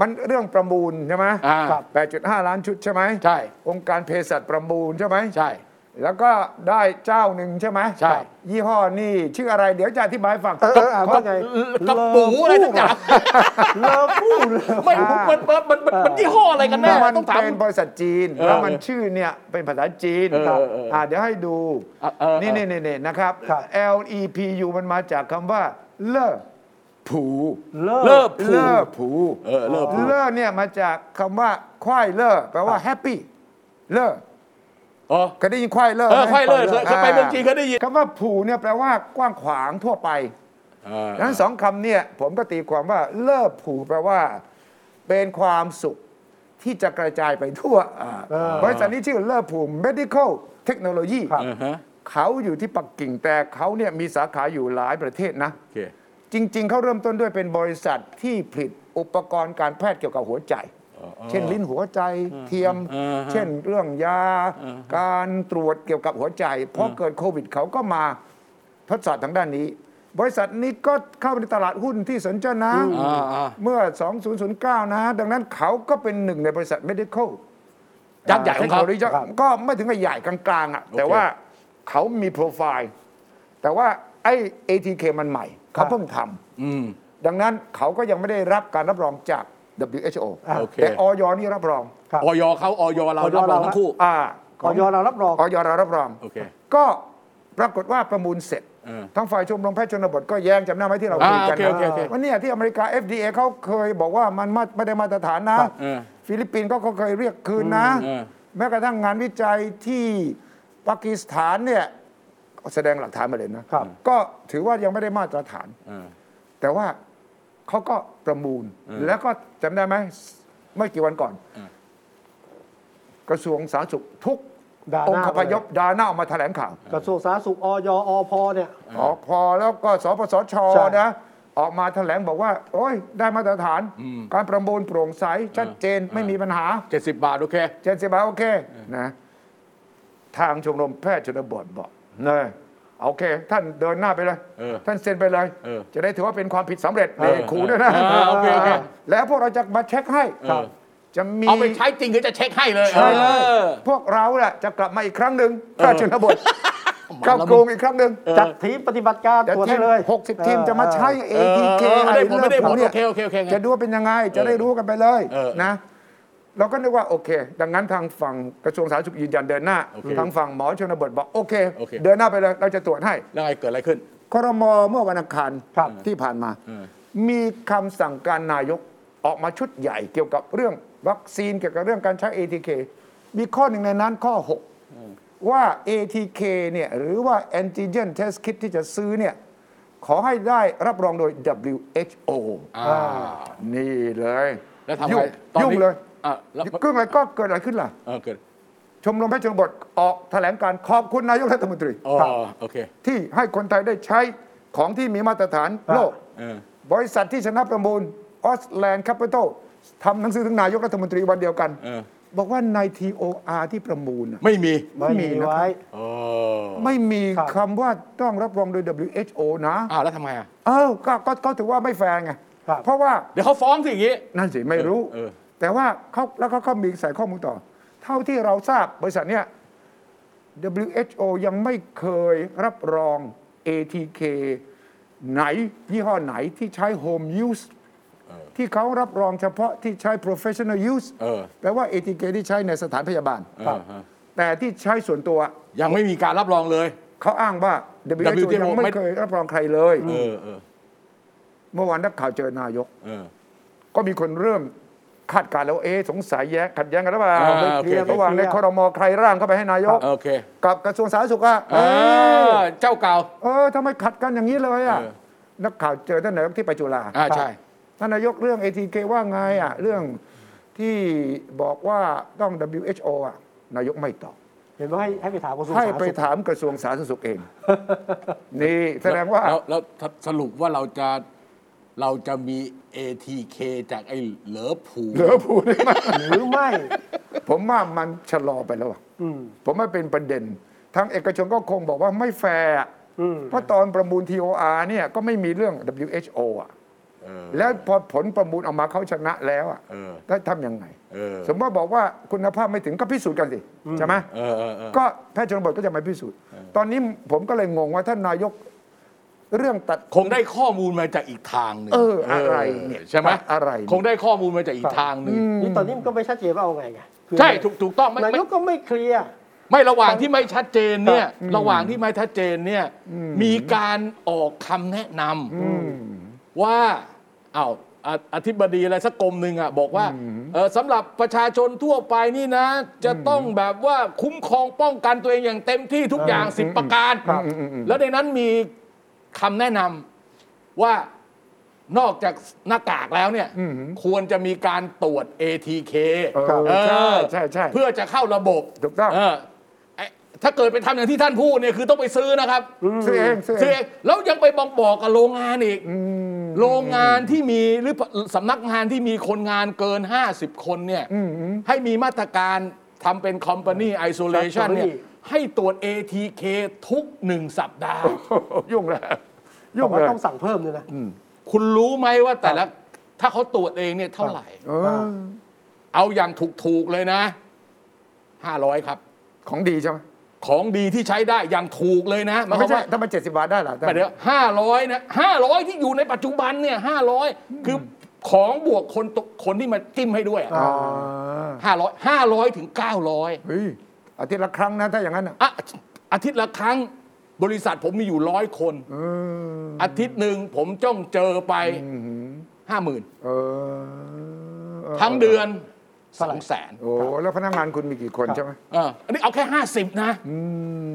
Speaker 3: มันเรื่องประมูลใช่ไหม
Speaker 2: อ่า
Speaker 1: ครับ
Speaker 3: แปดจุดห้าล้านชุดใช่ไหม
Speaker 2: ใช่
Speaker 3: องค์การเภสัชประมูลใช่ไหม
Speaker 2: ใช่
Speaker 3: แล้วก็ได้เจ้าหนึ่งใช่ไหม
Speaker 2: ใช่
Speaker 3: ยี่ห้อนี่ชื่ออะไรเดี๋ยวจะอธิบายให้ฟัง
Speaker 1: เออเอออ่านว่าไง
Speaker 2: กระปูอะไรสักอย่าง
Speaker 1: เลิฟพูดเลย
Speaker 2: ไม่รู้มันมันมันมันมันยี่ห้ออะไรกันแน่
Speaker 3: มัน
Speaker 2: ต้องถาม
Speaker 3: เป็นบริษัทจีน
Speaker 2: เออ
Speaker 3: แล้วมันชื่อเนี่ยเป็นภาษาจีน
Speaker 2: เออ
Speaker 3: ครับ
Speaker 2: เออเอออ่
Speaker 3: ะเดี๋ยวให้ดู
Speaker 2: อ่ะเออ
Speaker 3: นี่
Speaker 2: เออ
Speaker 3: นี่นี่นี่นะครับ
Speaker 1: ครับ
Speaker 3: L E P U มันมาจากคำว่า เล่อผู
Speaker 1: เลิ
Speaker 2: เลิ
Speaker 1: ฟ
Speaker 2: กผู
Speaker 3: เล่อผู
Speaker 2: เออเลิกผู
Speaker 3: เล่อเนี่ยมาจากคำว่าควายเล่อแปลว่าแฮปปี้เล่อ
Speaker 2: อ๋อ
Speaker 3: เคยได้ยินควายเล่อ
Speaker 2: เออ
Speaker 3: หม
Speaker 2: ไขว้เลิกเคยไปเมืองจีนเคยได้ยิน
Speaker 3: คำว่าผูเนี่ยแปลว่ากว้างขวางทั่วไป ดังนั้นสองคำเนี่ยผมก็ตีความว่าเลิกผูกแปลว่า เป็นความสุขที่จะกระจายไปทั่วอ่า
Speaker 1: เออ
Speaker 3: บริษัทนี้ชื่อเลิกผูก medical technology
Speaker 2: อ่าฮะ
Speaker 3: เขาอยู่ที่ปักกิ่งแต่เขาเนี่ยมีสาขาอยู่หลายประเทศนะ
Speaker 2: โอเค
Speaker 3: จริง ๆ เขาเริ่มต้นด้วยเป็นบริษัทที่ผลิตอุปกรณ์การแพทย์เกี่ยวกับหัวใจ เช่นลิ้นหัวใจเทียม
Speaker 2: อ่าฮะ
Speaker 3: เช่นเรื่องยา การตรวจเกี่ยวกับหัวใจพอเกิดโควิดเขาก็มาทดสอบทางด้านนี้ บริษัทนี้ก็เข้าไปในตลาดหุ้นที่สนใจนะ
Speaker 2: อ่าอ่า
Speaker 3: เมื่อ 2009 นะ ดังนั้นเขาก็เป็นหนึ่งในบริษัท medical
Speaker 2: ยักษ์ใหญ่ของเขา
Speaker 3: ทคโนโลยียักษ์ก็ไม่ถึงกับใหญ่กลางๆอ่ะแต่
Speaker 2: โอเค
Speaker 3: ว่าเขามีโปรไฟล์ แต่ว่าไอ้ ATK มันใหม่ เขาเพิ่งท
Speaker 2: อืม
Speaker 3: ำดังนั้นเขาก็ยังไม่ได้รับการรับรองจาก WHO
Speaker 1: อ่ะ
Speaker 2: โอเค
Speaker 3: แต่ออยนี่รับรอง
Speaker 1: ครับ
Speaker 2: ออยเขาออยเรา
Speaker 1: ออย
Speaker 2: รับรอง
Speaker 1: เรา
Speaker 2: ทั้งคู่
Speaker 3: อ่าข
Speaker 1: ข
Speaker 3: อ
Speaker 1: อง ยอเรารับรอง
Speaker 3: ออยเรารับรอง
Speaker 2: โอเค
Speaker 3: ก็ปรากฏว่าประมูลเสร็จ
Speaker 2: เออ
Speaker 3: ทั้งฝ่ายชมรมแพทย์ชนบทก็แย้งจำหน้าไหมที่เรา
Speaker 2: อ่า
Speaker 3: คุยกัน
Speaker 2: โอเคโอเคโอเค
Speaker 3: วันนี้ที่อเมริกา FDA เขาเคยบอกว่ามันมาไม่ได้มาตรฐานนะ
Speaker 1: ครับ
Speaker 2: เออ
Speaker 3: ฟิลิปปินส์ก็เคยเรียกคืนนะ
Speaker 2: อืมเออ
Speaker 3: แม้กระทั่งงานวิจัยที่ปากีสถานเนี่ยแสดงหลักฐานมาเลยนะ
Speaker 1: ครับ
Speaker 3: ก็ถือว่ายังไม่ได้มาตรฐาน
Speaker 2: เออ
Speaker 3: แต่ว่าเขาก็ประมูล แล้วก็จำได้ไหมไม่กี่วันก่อน
Speaker 2: อืม
Speaker 3: กระทรวงสาธารณสุขทุก
Speaker 1: ด่าห
Speaker 3: อง
Speaker 1: น้า
Speaker 3: ค์คพยพดาหน้าออกมาแถลงข่าว
Speaker 1: กระทรวงสาธารณสุขอยอพเนี่ย
Speaker 3: ออกพอแล้วก็สปสช
Speaker 1: ใช่
Speaker 3: นะ ออกมาแถลงบอกว่า โอ้ย ได้มาตรฐาน
Speaker 2: อืม
Speaker 3: การประมูลโปร่งใส ชัดเจน
Speaker 2: อ่า
Speaker 3: ไม่มีปัญหา
Speaker 2: เจ็ดสิบบาท โอเค
Speaker 3: เจนสิบาโอเคนะทางชมรมแพทย์ชนบทบอกเนยโอเค ท่านเดินหน้าไปเลย
Speaker 2: เออ
Speaker 3: ท่านเซ็นไปเลย
Speaker 2: เออ
Speaker 3: จะได้ถือว่าเป็นความผิดสำเร็จเนี่ยขู่ด้วยนะ
Speaker 2: เออโอเคโอเค
Speaker 3: แล้วพวกเราจะมาเช็คให้
Speaker 1: ครับ
Speaker 3: จะมี
Speaker 2: เอาไปใช้จริงหรือจะเช็คให้เลย
Speaker 3: ใช่เลย
Speaker 2: ออ
Speaker 3: พวกเราแหละจะกลับมาอีกครั้งหนึ่งแพทย์ชนบทเข้ากรุงอีกครั้งหนึ่ง
Speaker 1: จัดทีมปฏิบัติการตรวจให้เลย
Speaker 3: หกสิบทีม
Speaker 1: เออ
Speaker 3: จะมาใช้
Speaker 1: เออ
Speaker 3: ATK
Speaker 2: เออเออได้ผลไม่ได้ผล
Speaker 3: รื่งนี่ย
Speaker 2: โอเคโอเคโอเคงั้น
Speaker 3: จะดูว่าเป็นยังไง จะได้รู้กันไปเลย
Speaker 2: เออ
Speaker 3: นะ เราก็นึกว่าโอเค ดังนั้นทางฝั่งกระทรวงสาธารณสุขยืนยันเดินหน้า
Speaker 2: โอเค
Speaker 3: ทางฝั่งหมอชนบทบอกโอเค
Speaker 2: โอเค
Speaker 3: เดินหน้าไปเลยเราจะตรวจให้
Speaker 2: แล้วไงเกิดอะไรขึ้น
Speaker 3: ครมเมื่อวันอังคาร
Speaker 1: ครับ
Speaker 3: ที่ผ่านมา
Speaker 2: เออ
Speaker 3: มีคำสั่งการนายกออกมาชุดใหญ่เกี่ยวกับเรื่องวัคซีนเกี่ยวกับเรื่องการใช้ ATK มีข้อหนึ่งในนั้นข้อ 6 ว่า ATK เนี่ยหรือว่า antigen test kit ที่จะซื้อเนี่ย ขอให้ได้รับรองโดย WHO
Speaker 2: อ่า
Speaker 3: นี่เลย
Speaker 2: แล้วทำ
Speaker 3: ยุ่
Speaker 2: ไง
Speaker 3: ง
Speaker 2: ตอน
Speaker 3: ยุ่ง
Speaker 2: นี้
Speaker 3: เลย
Speaker 2: อ่ะแล้ว
Speaker 3: กึ่งเลยก็เกิดอะไรขึ้นล่ะ
Speaker 2: เออเกิด
Speaker 3: ชมรมแพทย์ชนบทออกแถลงการขอบคุณนายกรัฐมนตรี
Speaker 2: อ๋อ
Speaker 3: ครับ
Speaker 2: โอเค
Speaker 3: ที่ให้คนไทยได้ใช้ของที่มีมาตรฐานโลก
Speaker 2: เออบ
Speaker 3: ริษัทที่ชนะประมูลออสแลนด์แคปิตอลทำหนังสือถึงนายกรัฐมนตรีวันเดียวกัน
Speaker 2: เออ
Speaker 3: บอกว่าใน TOR ที่ประมูลน่ะ
Speaker 2: ไม่มี
Speaker 1: ไม่มีไว้
Speaker 2: อ๋อ
Speaker 3: ไม่มี
Speaker 1: ครับ
Speaker 3: คำว่าต้องรับรองโดย WHO นะ
Speaker 2: อ้าวแล้วทำไงอ่ะ
Speaker 3: เอ้าก็ก็ก็ถือว่าไม่แฟร์ไง
Speaker 1: ครับ
Speaker 3: เพราะว่า
Speaker 2: เดี๋ยวเขาฟ้องสิอย่างนี้
Speaker 3: นั่นสิ ไม่รู้
Speaker 2: เออเออ
Speaker 3: แต่ว่าเขาแล้วเขาก็มีใส่ข้อมูลต่อ เท่าที่เราทราบบริษัทเนี้ย WHO ยังไม่เคยรับรอง ATK ไหนยี่ห้อไหนที่ใช้ home use ที่เขารับรองเฉพาะที่ใช้ professional use
Speaker 2: เออ
Speaker 3: แปลว่า ATK ที่ใช้ในสถานพยาบาล
Speaker 2: เออฮะ
Speaker 3: แต่ที่ใช้ส่วนตัว
Speaker 2: ยังไม่มีการรับรองเลย
Speaker 3: เขาอ้างว่า WHO
Speaker 2: WHO
Speaker 3: ยังไม่เคยรับรองใครเลย
Speaker 2: เออเออ
Speaker 3: เมื่อวานนักข่าวเจอนายก
Speaker 2: เออ
Speaker 3: ก็มีคนเริ่มคาดการณ์แล้วเอ๊ะสงสัยแย้งขัดแย้งกันหรือเปล่า
Speaker 2: อ่าโอเค
Speaker 3: ระหว่างในคอรมอใครร่างเข้าไปให้นายก
Speaker 2: โอเค
Speaker 3: กับกระทรวงสาธารณสุขอ่ะ
Speaker 2: เออเจ้าเก่า
Speaker 3: เออทำไมขัดกันอย่างนี้เลยอ่ะ
Speaker 2: เออ
Speaker 3: นักข่าวเจอท่านนายกที่ไปจุฬา
Speaker 2: อ่าใช่
Speaker 3: ท่านนายกเรื่อง ATK ว่าไงอ่ะเรื่องที่บอกว่าต้อง WHO อ่ะนายกไม่ตอบ
Speaker 1: เห็นว่าให้ให้ไปถามกระทรวงสา
Speaker 3: ให้
Speaker 1: ธารณ
Speaker 3: ไป
Speaker 1: สุข
Speaker 3: ถามกระทรวงสาธารณสุขเอง นี่แสดงว่า
Speaker 2: แล้วแล้วแล้วสรุปว่าเราจะเราจะมี ATK จากไอ้เหลอผู
Speaker 3: เหลือผู้ได้ไหม
Speaker 1: หรือไม่
Speaker 3: ผมว่ามันชะลอไปแล้วอะ
Speaker 1: อืม
Speaker 3: ผมว่าเป็นประเด็น ทางเอกชนก็คงบอกว่าไม่แฟร์อะ
Speaker 1: อืม
Speaker 3: เพราะตอนประมูล TOR เนี่ยก็ไม่มีเรื่อง WHO อ่ะแล้วพอผลประมูลออกมาเขาชนะแล้วอ่ะ
Speaker 2: เออ
Speaker 3: แล้วทำยังไง
Speaker 2: เออ
Speaker 3: สมมติว่าบอกว่าคุณภาพไม่ถึงก็พิสูจน์กันสิ ใช่ไหม
Speaker 2: เออเออเออ
Speaker 3: ก็แพทย์ชนบทก็จะมาพิสูจน์ ตอนนี้ผมก็เลยงงว่าท่านนายกเรื่องตัด
Speaker 2: คงได้ข้อมูลมาจากอีกทางหนึ่ง
Speaker 3: เอออะไรเนี่ย
Speaker 2: ใช่ไหม
Speaker 3: อะไรเนี่ย
Speaker 2: คงได้ข้อมูลมาจากอีกทางหนึ่ง
Speaker 1: นี่ตอนนี้มันก็ไม่ชัดเจนว่าเอาไงไงคือ
Speaker 2: ใช่ถูกถูกต้องไม่
Speaker 1: นา
Speaker 2: ไม่
Speaker 1: ยกก็ไม่เคลียร์
Speaker 2: ไม่ระหว่างที่ไม่ชัดเจนเนี่ย
Speaker 1: ครับ
Speaker 2: ระหว่างที่ไม่ชัดเจนเนี่ยมีการออกคำแนะนำว่าอ้าวอ่ะอธิบดีอะไรสักกรมหนึ่งอ่ะบอกว่าเออสำหรับประชาชนทั่วไปนี่นะ จะต้องแบบว่าคุ้มครองป้องกันตัวเองอย่างเต็มที่ทุกอย่างสิบประการ
Speaker 3: ครับอืมอืมอืม
Speaker 2: แล้วในนั้นมีคำแนะนำว่านอกจากหน้ากากแล้วเนี่ย
Speaker 3: อือหือ
Speaker 2: ควรจะมีการตรวจ ATK
Speaker 3: เออ
Speaker 2: เออ
Speaker 3: ใช่ใช่ใช่
Speaker 2: เพื่อจะเข้าระบบ
Speaker 3: ถูกต้อง
Speaker 2: เไอ้ถ้าเกิดไปทำอย่างที่ท่านพูดเนี่ยคือต้องไปซื้อนะครับ
Speaker 3: ซื้อเองซื้อ
Speaker 2: ซื้อ
Speaker 3: เอ
Speaker 2: เอง งแล้วยังไปบอกบอกกับโรงงานอีก
Speaker 3: อืม
Speaker 2: โรงงานที่มีหรือสำนักงานที่มีคนงานเกิน 50 คนเนี่ย
Speaker 3: อืมอืม
Speaker 2: ให้มีมาตรการทำเป็น Company Isolation เนี่ย ให้ตรวจ ATK ทุกหนึ่งสัปดาห์
Speaker 3: ยุ่งแล้ว
Speaker 1: บ
Speaker 3: ยุ่
Speaker 1: อง กว่า
Speaker 3: แล้ว
Speaker 1: ต้องสั่งเพิ่มเลยนะ
Speaker 2: คุณรู้ไหมว่าแต่ละถ้าเขาตรวจเองเนี่ยเท่าไหร่
Speaker 3: เออ
Speaker 2: เอาอย่างถูก ๆ เลยนะ 500 ครับ
Speaker 3: ของดีใช่ไหม
Speaker 2: ของดีที่ใช้ได้อย่างถูกเลยนะหมายค
Speaker 3: ไม่
Speaker 2: วาม
Speaker 3: ใช่
Speaker 2: ว่า
Speaker 3: ถ้ามันเจ็ดสิบาทได้เหรอ
Speaker 2: แต่เดี๋ยว500 นะ 500 ที่อยู่ในปัจจุบันเนี่ย500 คือของบวกคนตคนที่มาจิ้มให้ด้วยอะ
Speaker 3: อ๋อ
Speaker 2: 500 500 ถึง 900
Speaker 3: เฮ้ยอาทิตย์ละครั้งนะถ้าอย่างนั้นอ่ะ
Speaker 2: อ่ะอาทิตย์ละครั้งบริษัทผมมีอยู่ร้อยคน
Speaker 3: เออ
Speaker 2: อาทิตย์หนึ่งผมจ้องเจอไปห้าหมื่น
Speaker 3: เออ
Speaker 2: ทั้งเดือน
Speaker 1: เท่า
Speaker 2: ส
Speaker 1: ไหร่
Speaker 2: องแสน
Speaker 3: โอ้แล้วพนักงานคุณมีกี่คนใช่ไหม
Speaker 2: เอออันนี้เอาแค่ 50 นะ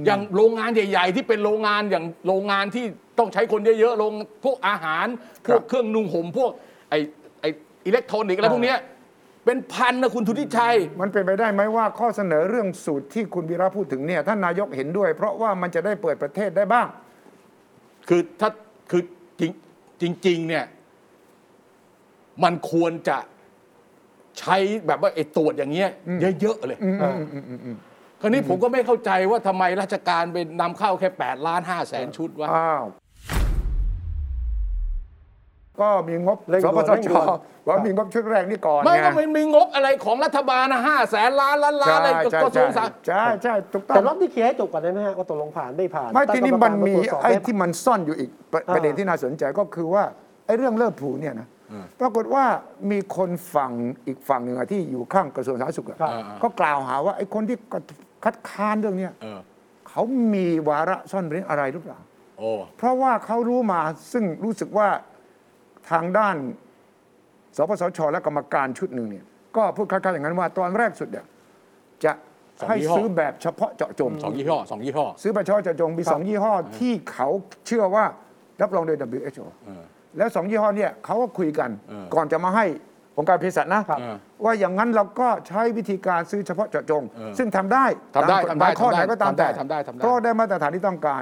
Speaker 2: อย่างโรงงานใหญ่ ๆ ที่เป็นโรงงานอย่างโรงงานที่ต้องใช้คนเยอะๆ โรงพวกอาหาร พวกเครื่องนุ่งห่มพวกไอไออิเล็กทรอนิกส์อะไรพวกเนี้ยเป็นพันนะคุณธุทิชัย
Speaker 3: มันเป็นไปได้ไหมว่าข้อเสนอเรื่องสูตรที่คุณวีระพูดถึงเนี่ยท่านนายกเห็นด้วย เพราะว่ามันจะได้เปิดประเทศได้บ้าง
Speaker 2: คือถ้าคือจริงจริง ๆ เนี่ย มันควรจะใช้แบบว่าไอ้ตรวจอย่างเงี้ยเยอะ ๆ เลยคราวนี้ผมก็ไม่เข้าใจว่าทำไมราชการไปนำเข้าแค่8ล้าน5แสนชุดวะ
Speaker 3: อ้าว ก็มีงบ
Speaker 1: เร่ง
Speaker 3: ส
Speaker 1: ด่วน
Speaker 3: ปส
Speaker 1: เร่ง
Speaker 3: ช
Speaker 1: ด่วน
Speaker 3: ว่ามีงบชุดแรกนี่ก่อน
Speaker 2: ไม่
Speaker 3: ง
Speaker 2: ก็มันมีงบอะไรของรัฐบาลนะห้าแสนล้านล้านล้าน
Speaker 3: ใช่
Speaker 2: อะไร
Speaker 3: ใช่
Speaker 2: กระทรวงสาธารณ
Speaker 3: ใช่ใช่ถูกต้อ
Speaker 1: แต่
Speaker 3: ง
Speaker 1: รอบนี้เคลียร์ให้จบก่อนได้ไหมฮะว่าตกลงผ่านไม่ผ่าน
Speaker 3: ไม่ทีนี้มันมี
Speaker 1: ตั้งกรรการาตรวจสบ
Speaker 3: ไอ้
Speaker 1: ด้ห
Speaker 3: ที่มันซ่อนอยู่อีกประ
Speaker 1: อ่า
Speaker 3: ประเด็นที่น่าสนใจก็คือว่าไอ้เรื่องเลิกผูเนี่ยนะปรากฏว่ามีคนฝั่งอีกฝั่งหนึ่งอะที่อยู่ข้างกระทรวงสาธารณสุขอะก็กล่าวหาว่าไอ้คนที่คัดค้านเรื่องเนี้ย
Speaker 2: เออ
Speaker 3: เขามีวาระซ่อนเร้นอะไรหรือเปล่า
Speaker 2: โอ้
Speaker 3: เพราะว่าเขารู้มาซึ่งรู้สึกว่าทางด้านสปสชและกรรมการชุดหนึ่งเนี่ยก็พูดคล้ายๆอย่างนั้นว่าตอนแรกสุดเนี่ยจะให้ซื้อแบบเฉพาะเจาะจง
Speaker 2: สองยี่ห้อสองยี่ห้อ
Speaker 3: ซื้อแบบเฉพาะเจาะจงมีสองยี่ห้อที่เขาเชื่อว่ารับรองโดย WHO แล้วสองยี่ห้อเนี่ยเขาก็คุยกัน
Speaker 2: เออ
Speaker 3: ก่อนจะมาให้องค์การเภสัชนะ
Speaker 2: เออ
Speaker 3: ว่าอย่างนั้นเราก็ใช้วิธีการซื้อเฉพาะเจาะจง
Speaker 2: เออ
Speaker 3: ซึ่งทำได้
Speaker 2: ทำได้
Speaker 3: ตามกฎหมาย
Speaker 2: ทำได้
Speaker 3: ข้อไหนก็ตาม
Speaker 2: ทำได้
Speaker 3: แต่
Speaker 2: ทำได้ทำได้
Speaker 3: เพราะได้มาตรฐานที่ต้องการ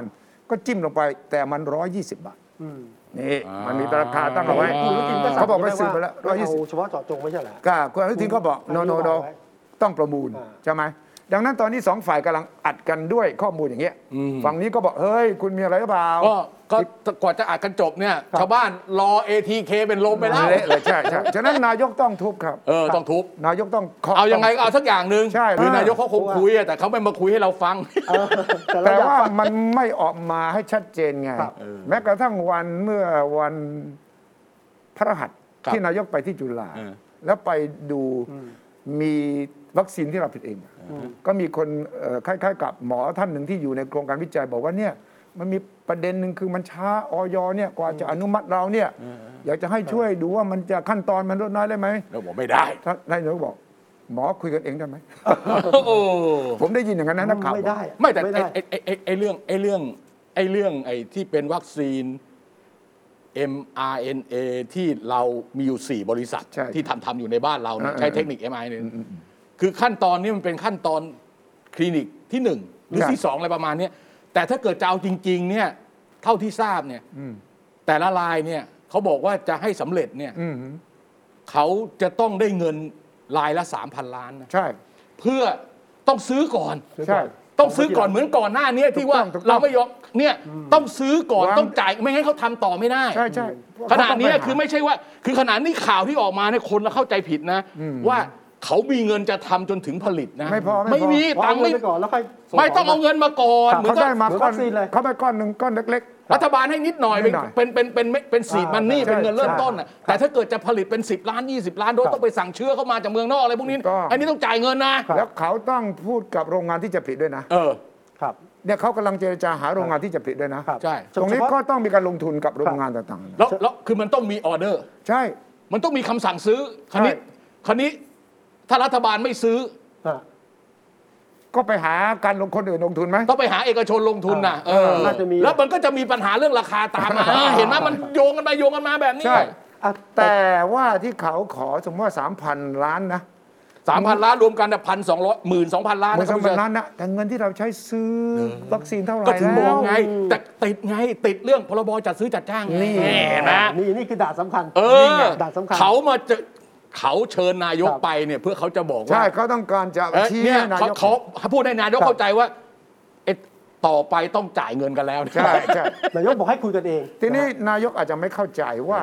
Speaker 3: ก็จิ้มลงไปแต่มัน120บาท
Speaker 1: อืม
Speaker 3: นี่
Speaker 2: อ่ามั
Speaker 3: มันมีราคาตั้งเอาไว้
Speaker 1: คุณอนุทินก็สั่ง
Speaker 3: เขาบอกว่า
Speaker 1: ด้
Speaker 3: ซื้อไปแล้ว
Speaker 1: า
Speaker 3: 120
Speaker 1: เอาเฉพาะเจาะจงไม่ใช่เหรอ
Speaker 3: ก็คุณอนุทินก็บอกโนโนโนต้องประมูล
Speaker 1: อ่า
Speaker 3: ใช่ไหม ดังนั้นตอนนี้สองฝ่ายกำลังอัดกันด้วยข้อมูลอย่างเงี้ย
Speaker 2: อืม
Speaker 3: ฝั่งนี้ก็บอก เฮ้ย คุณมีอะไรหรือเปล่า
Speaker 2: ก็ก็กว่าจะอ่านกันจบเนี่ย ชาวบ้านรอ ATK เป็นลมไปแล้ว
Speaker 3: เละเลยใช่ใช่ฉะนั้นนายกต้องทุบครับ
Speaker 2: เออต้องทุบ
Speaker 3: นายกต้องข
Speaker 2: เอายังไงก็เอาสักอย่างหนึ่ง
Speaker 3: ใช่
Speaker 2: หรือนายกเขาคงคุยอะแต่เขาไม่มาคุยให้เราฟัง
Speaker 1: เออแต่เรา
Speaker 3: แต่
Speaker 1: อยาก
Speaker 3: ว่า
Speaker 1: ฟัง
Speaker 3: มันไม่ออกมาให้ชัดเจนไง
Speaker 1: ครับ
Speaker 3: แม้กระทั่งวันเมื่อวันพระหัส
Speaker 2: ครับ
Speaker 3: ที่นายกไปที่จุฬา
Speaker 2: เออ
Speaker 3: แล้วไปดูมีวัคซีนที่เราผลิตเอง ก็มีคนเอ่อคล้ายๆ กับหมอท่านหนึ่งที่อยู่ในโครงการวิจัยบอกว่าเนี่ยมันมีประเด็นหนึ่งคือมันช้าออยเนี่ยกว่าจะอนุมัติเราเนี่ยอยากจะให้ช่วยดูว่ามันจะขั้นตอนมันลดน้อยได้ไหม
Speaker 2: เราบอกไม่ได้
Speaker 3: ท่านนายกบอก หมอคุยกันเองได้ไหม
Speaker 2: โอ้
Speaker 3: ผมได้ยินอย่างนั้นนะนักข่าว
Speaker 1: ไม่ได้อะ
Speaker 2: ไม่แต่
Speaker 1: ไม่
Speaker 2: ไอ้
Speaker 1: ได้
Speaker 2: ไอ้ไอ้ไอ้ไอ้เรื่องไอ้เรื่องไอ้เรื่องไอ้ที่เป็นวัคซีน mRNA ที่เรามีอยู่ 4 บริษัท
Speaker 3: ใช่
Speaker 2: ที่ทำทำอยู่ในบ้านเราเนี่ย
Speaker 3: เออเออ
Speaker 2: ใช้เทคนิค mRNA คือขั้นตอนนี้มันเป็นขั้นตอนคลินิก ที่หนึ่งหรือ
Speaker 3: ครับ
Speaker 2: ที่สองอะไรประมาณเนี้ยแต่ถ้าเกิดจะเอาจริง ๆ เนี่ยเท่าที่ทราบเนี่ยแต่ละรายเนี่ยเขาบอกว่าจะให้สำเร็จเนี่ย
Speaker 3: อืม
Speaker 2: เขาจะต้องได้เงินรายละสามพันล้านนะ
Speaker 3: ใช่
Speaker 2: เพื่อต้องซื้อก่อน
Speaker 3: ใช่
Speaker 2: ต้องซื้อก่อนเหมือนก่อนหน้าเนี้ยที่ว่า
Speaker 3: ถูกต้องถูกต้อง
Speaker 2: เราไม่ยอมเนี่ยต้องซื้อก่อน
Speaker 3: วาง
Speaker 2: ต้องจ่ายไม่งั้นเขาทำต่อไม่ได้
Speaker 3: ใช่ใช่
Speaker 2: ขนาดเนี้ย
Speaker 3: เพ
Speaker 2: คื
Speaker 3: ระ
Speaker 2: อ
Speaker 3: เขต้งปหา
Speaker 2: ไม่ใช่ว่า คือขนาดนี้ข่าวที่ออกมาเนี่ยคนเข้าใจผิดนะ ว่าเขามีเงินจะทำจนถึงผลิตนะ
Speaker 3: ไม่พอไม่พอ
Speaker 2: มี
Speaker 1: วา
Speaker 2: ตั
Speaker 1: ง
Speaker 2: งค์
Speaker 1: เงิน
Speaker 2: ไม่
Speaker 1: ไปก่อนแล้วค่อยส่
Speaker 2: ไม่ต้อง
Speaker 1: ข
Speaker 2: เอาเงินมาก่อน
Speaker 1: ครับ
Speaker 2: เหมือน
Speaker 3: เขา
Speaker 2: กับ
Speaker 3: ได้มา
Speaker 1: เหมือน
Speaker 3: ก้อน
Speaker 1: วัคซีนเลย
Speaker 3: เขาได้ก้อนหนึ่งก้อนเล็ก
Speaker 2: รัฐบาลให้นิดหน่อย
Speaker 3: นิ
Speaker 2: เป็น
Speaker 3: ดหน่อย
Speaker 2: เป็นเป็นเป็นเป็นเป็นสีดมันนี่
Speaker 1: ใช่
Speaker 2: เป็นเงินเริ่มต้นน่ะ
Speaker 1: ใช่
Speaker 2: แต่ถ้าเกิดจะผลิตเป็น 10 ล้าน 20 ล้านโด
Speaker 1: ค
Speaker 2: ส
Speaker 1: รับ
Speaker 2: ต้องไปสั่งเชื้อเข้ามาจากเมืองนอกอะไรพวกนี้
Speaker 3: ถูกต้อง
Speaker 2: อันนี้ต้องจ่ายเงินนะ
Speaker 1: ครับ
Speaker 3: ๆ แล้วเขาต้องพูดกับโรงงานที่จะผลิตด้วยนะ
Speaker 2: เออ
Speaker 1: ครับ
Speaker 3: เนี่ยเขากำลังเจรจาหาโรงงานที่จะผลิตด้วยนะครับ
Speaker 2: ใช่
Speaker 3: ตรงนี้
Speaker 1: เฉพาะ
Speaker 3: ก็ต้องมีการลงทุนกับโรงงานต่างๆนะ
Speaker 2: แล้วแล้วคือมันต้องมีออเดอร์
Speaker 3: ใช่
Speaker 2: มันต้องมีคำสั่งซื้อคราวนี้
Speaker 3: ใช่
Speaker 2: คราวนี้ถ้ารัฐบาลไม่ซื้อ
Speaker 1: อ่ะ
Speaker 3: ก็ไปหาการลงคนอื่นลงทุนไหม
Speaker 2: ต้องไปหาเอกชนลงทุนนะเอ
Speaker 1: อ่า
Speaker 2: อ
Speaker 1: น่าจะมี
Speaker 2: แล้วมันก็จะมีปัญหาเรื่องราคาตามมา อ่าเห็นไหมมันโยงกันไปโยงกันมาแบบนี้
Speaker 3: ใช่
Speaker 1: อ่ะแต่
Speaker 3: แต่ว่าที่เขาขอสมมติว่า 3,000 ล้านนะ
Speaker 2: สามพันล้านรวมกันพันสองร้อยหมื่นสองพันล้าน
Speaker 3: มัน
Speaker 2: นะค
Speaker 3: ส
Speaker 2: รั
Speaker 3: อบ งพันล้านนะแต่เงินที่เราใช้ซื้อวัคซีนเท่าไหร่
Speaker 2: ก็ถึงบ
Speaker 3: แล้
Speaker 2: อก
Speaker 3: ว
Speaker 2: ไง แต่ติดไงติดเรื่องพรบจัดซื้อจัดจ้างไง
Speaker 3: นี่
Speaker 2: เห็นะ
Speaker 1: นี่นี่คือด่านสำคัญ
Speaker 2: เอ
Speaker 1: นี่
Speaker 2: อ
Speaker 1: ไงด่านสำคัญ
Speaker 2: เขามาเจอเขาเชิญนายก
Speaker 1: ครับ
Speaker 2: ไปเนี่ยเพื่อเขาจะบอกว่า
Speaker 3: ใช่เขาต้องการจะ
Speaker 2: เอ้ย
Speaker 3: ชี้
Speaker 2: เนี่ย
Speaker 3: ให้นาย
Speaker 2: เขา
Speaker 3: ก
Speaker 2: เขาเขาพูดให้นายก
Speaker 1: ครับ
Speaker 2: เข้าใจว่าเอ๊ะต่อไปต้องจ่ายเงินกันแล้วนะ
Speaker 3: ใช่ใช่
Speaker 1: นายกบอกให้คุยกันเอง
Speaker 3: ทีนี้
Speaker 1: ะ
Speaker 3: นายกอาจจะไม่เข้าใจว่า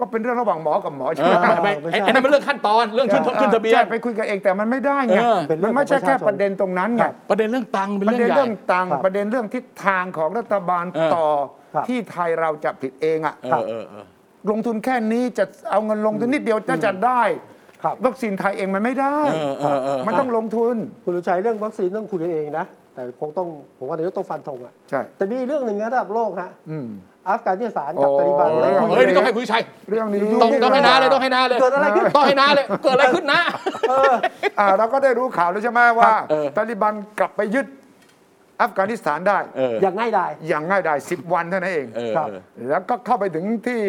Speaker 3: ก็เป็นเรื่องระหว่างหมอกับหมอใช่
Speaker 2: เออ
Speaker 3: ไหม
Speaker 2: ไม่ไม่
Speaker 1: ไม่ใช่
Speaker 2: ไอ้ไอ้นั่นเป็นเรื่องขั้นตอนเรื่องขึ้นขึ้นทะเบียน
Speaker 3: ใช่ไปคุยกันเองแต่มันไม่ได้ไง
Speaker 2: เออ
Speaker 1: เป็นเรื่อน
Speaker 3: มั
Speaker 1: ง
Speaker 3: ไม่ใช่
Speaker 1: ของประชาชน
Speaker 3: แค่ประเด็นตรงนั้นไง
Speaker 1: ครับ
Speaker 2: ประเด็นเรื่องตังค์เป็น
Speaker 3: ประ
Speaker 2: เรื่องให
Speaker 3: เด็น
Speaker 2: ญ่
Speaker 3: เรื่องตังค์
Speaker 1: ครับ
Speaker 3: ประเด็นเรื่องทิศทางของรัฐบาล
Speaker 2: เออ
Speaker 3: ต่อ
Speaker 1: ครับ
Speaker 3: ที่ไทยเราจะผิดเองอ่ะ
Speaker 2: เออเออเออ
Speaker 3: ลงทุนแค่นี้จะเอาเงินลงทุนนิดเดียวน่าจะได้
Speaker 1: ครับ
Speaker 3: วัคซีนไทยเองมันไม่ได้
Speaker 2: เออเออเออ
Speaker 3: มันต้องลงทุน
Speaker 1: คุณลุชัยเรื่องวัคซีนต้องคุยกันเองนะ แต่คงต้องผมว่านายกต้องฟันธงอ่ะ
Speaker 3: ใช่
Speaker 1: แต่มีเรื่องหนึ่งนะระดับโลกฮะ
Speaker 3: อืม
Speaker 1: อัฟกานิสถานกับตาลิบัน
Speaker 3: โอ้
Speaker 1: ได้คุย
Speaker 2: เฮ้ย
Speaker 1: กันเอ
Speaker 2: นี่ต้อง
Speaker 1: ง
Speaker 2: ให้ผู้ชัย
Speaker 3: เรื่องนี้
Speaker 2: ต้องต้องให้น้าเลยต้องให้น้าเลย
Speaker 1: เกิดอะไรขึ้น
Speaker 2: ต้องให้น้าเลยเกิดอะไรขึ้นนะ
Speaker 1: เออ
Speaker 3: อ่าเราก็ได้รู้ข่าวแล้วใช่ไหม
Speaker 2: ค
Speaker 3: ว่า
Speaker 2: รับเออ
Speaker 3: ตาลิบันกลับไปยึดอัฟกานิสถานได้
Speaker 2: เออ
Speaker 1: อย่างง่ายดาย
Speaker 3: อย่างง่ายดาย10 วันเท่านั้นเอง
Speaker 2: เออ
Speaker 1: ครับ
Speaker 3: แล้วก็เข้าไปถึงที่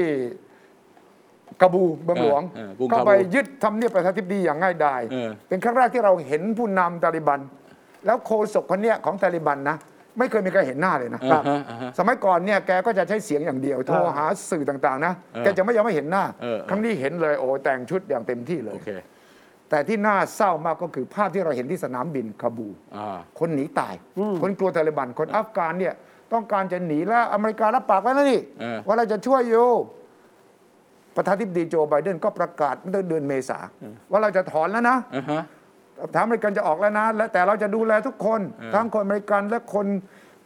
Speaker 3: กระบูเมืองหลวง
Speaker 2: เออเออกรุง
Speaker 3: เข้าไป
Speaker 2: กาบู
Speaker 3: ยึดทำเนียบประธานาธิบดีอย่างง่ายดาย
Speaker 2: เออ
Speaker 3: เป็นครั้งแรกที่เราเห็นผู้นำตาลิบัน แล้วโคศกคนเนี้ยของตาลิบันนะไม่เคยมีใครเห็นหน้าเลยนะ
Speaker 2: อ่าฮะอ่าฮะ
Speaker 3: สมัยก่อนเนี่ยแกก็จะใช้เสียงอย่างเดียว โทร
Speaker 1: อ่า
Speaker 3: หาสื่อต่างๆนะ
Speaker 2: เออ
Speaker 3: แกจะไม่ยอมให้เห็นหน้า
Speaker 2: เออเออ
Speaker 3: ครั้งนี้เห็นเลยโอ้แต่งชุดอย่างเต็มที่เลย
Speaker 2: โอเค
Speaker 3: แต่ที่น่าเศร้ามากก็คือภาพที่เราเห็นที่สนามบินคาบู
Speaker 2: อ่า
Speaker 3: คนหนีตาย คนกลัวตาลิบัน คนอัฟกานเนี่ยต้องการจะหนีแล้วอเมริการับปากไว้แล้วนี่
Speaker 2: เออ
Speaker 3: ว่าเราจะช่วยอยู่ ประธานาธิบดีโจไบเดนก็ประกาศเมื่อเดือนเมษาว่าเราจะถอนแล้วนะ
Speaker 2: อ่าฮะ
Speaker 3: ทางอเมริกันจะออกแล้วนะและแต่เราจะดูแลทุกคน
Speaker 2: เออ
Speaker 3: ทั้งคนอเมริกันและคน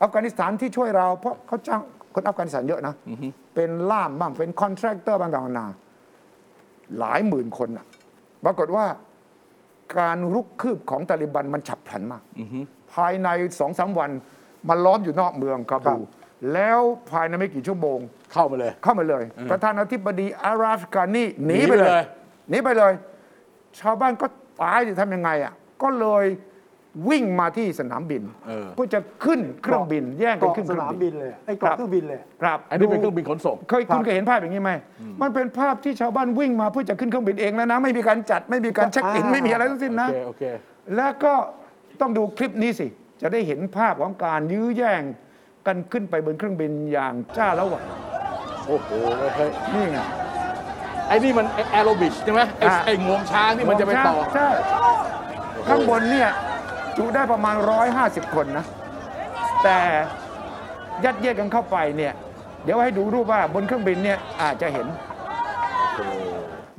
Speaker 3: อัฟกานิสถานที่ช่วยเรา เพราะเขาจ้างคนอัฟกานิสถานเยอะนะ เป็นล่ามบ้างเป็นคอนแทรคเตอร์บางต่างๆนานาหลายหมื่นคนน่ะปรากฏว่าการรุกคืบของตาลิบันมันฉับพลันมาก ภายในสองสามวันมันล้อมอยู่นอกเมืองคาบู แล้วภายในไม่กี่ชั่วโมง
Speaker 2: เข้ามาเลย
Speaker 3: เข้ามาเลย ประธานาธิบดีอาราฟกานีหนีไปเล
Speaker 2: หนีไปเลย ย
Speaker 3: หนีไปเลย ชาวบ้านก็ตายจะทำยังไงอ่ะ ก็เลยวิ่งมาที่สนามบิน
Speaker 2: เออ
Speaker 3: เพื่อจะขึ้นเครื่องบิน แย่งกัน
Speaker 1: เกาะ
Speaker 3: ขึ้น
Speaker 1: ส
Speaker 3: เครื่อน
Speaker 1: าม
Speaker 3: ง
Speaker 1: บิ
Speaker 3: บิน
Speaker 1: นเลยไอ้เกาะเครื่องบินเลย
Speaker 3: ครับ
Speaker 2: อันนี้เป็นเครื่องบินขนส่ง
Speaker 3: เคยคุณเคยเห็นภาพอย่างนี้ไหมมันเป็นภาพที่ชาวบ้านวิ่งมาเพื่อจะขึ้นเครื่องบินเองแล้วนะ ไม่มีการจัดไม่มีการเช็คอิน
Speaker 1: อ่า
Speaker 3: ไม่มีอะไรทั้งสิ้น
Speaker 2: โอ
Speaker 3: นะ
Speaker 2: เคโอเค
Speaker 3: แล้วก็ต้องดูคลิปนี้สิ จะได้เห็นภาพของการยื้อแย่งกันขึ้นไปบนเครื่องบินอย่างจ้าละหวัน
Speaker 2: โอ้โหเฮ้ย
Speaker 3: นี่ไง
Speaker 2: ไอ้นี่มันแอโรบิชใช่ไหมไอ้
Speaker 3: อ่า
Speaker 2: ไอ้งวงช้างที่มันจะไปต่อ
Speaker 3: ใช่ข้างบนเนี่ยจุได้ประมาณ 150 คนนะ แต่ยัดเยียดกันเข้าไปเนี่ย เดี๋ยวให้ดูรูปว่าบนเครื่องบินเนี่ยอาจจะเห็น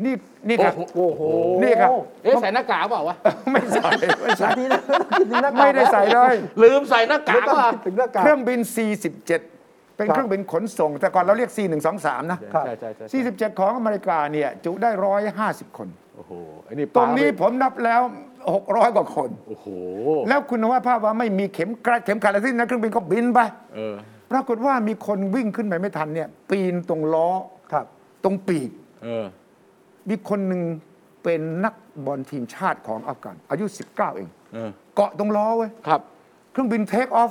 Speaker 3: นี่นี่ครับ
Speaker 2: โอ้โห
Speaker 1: โอ้โห
Speaker 3: นี่ครับ
Speaker 2: เอ๊ะใส่หน้ากากเปล่าวะ
Speaker 3: ไม่ใส่ไม่ใส่
Speaker 1: นาทีนะ คิดถึงหน้ากาก
Speaker 3: ไม่ได้ใส่เลย
Speaker 2: ลืมใส่หน้า
Speaker 1: แล้
Speaker 2: กาว ก
Speaker 1: ต้อง
Speaker 2: ว่ะ
Speaker 1: คิดถึงหน้ากาก
Speaker 3: เครื่องบิน 47 เป็น
Speaker 1: ครับ
Speaker 3: เครื่องบินขนส่ง แต่ก่อนเราเรียก C123 นะ
Speaker 1: ครับ
Speaker 2: ใช่ใช่ใช่ใช่
Speaker 3: 47 ของอเมริกาเนี่ยจุได้ 150 คน
Speaker 2: โอ้โหไอ้นี่
Speaker 3: ต
Speaker 2: ปา
Speaker 3: รงนี้ผมนับแล้ว 600 กว่าคน
Speaker 2: โอ้โห
Speaker 3: แล้วคุณว่าภาพว่าไม่มีเข็มกลัดเข็มขัดอะไรที่นักเครื่องบินก็บินไป
Speaker 2: เออ
Speaker 3: ปรากฏว่ามีคนวิ่งขึ้นไปไม่ทันเนี่ยปีนตรงล้อ
Speaker 1: ครับ
Speaker 3: ตรงปีก
Speaker 2: เออ
Speaker 3: มีคนหนึ่งเป็นนักบอลทีมชาติของอัฟกานอายุ 19 เอง
Speaker 2: เออ
Speaker 3: เกาะตรงล้อเว้ย
Speaker 2: ครับ
Speaker 3: เครื่องบินเทคออฟ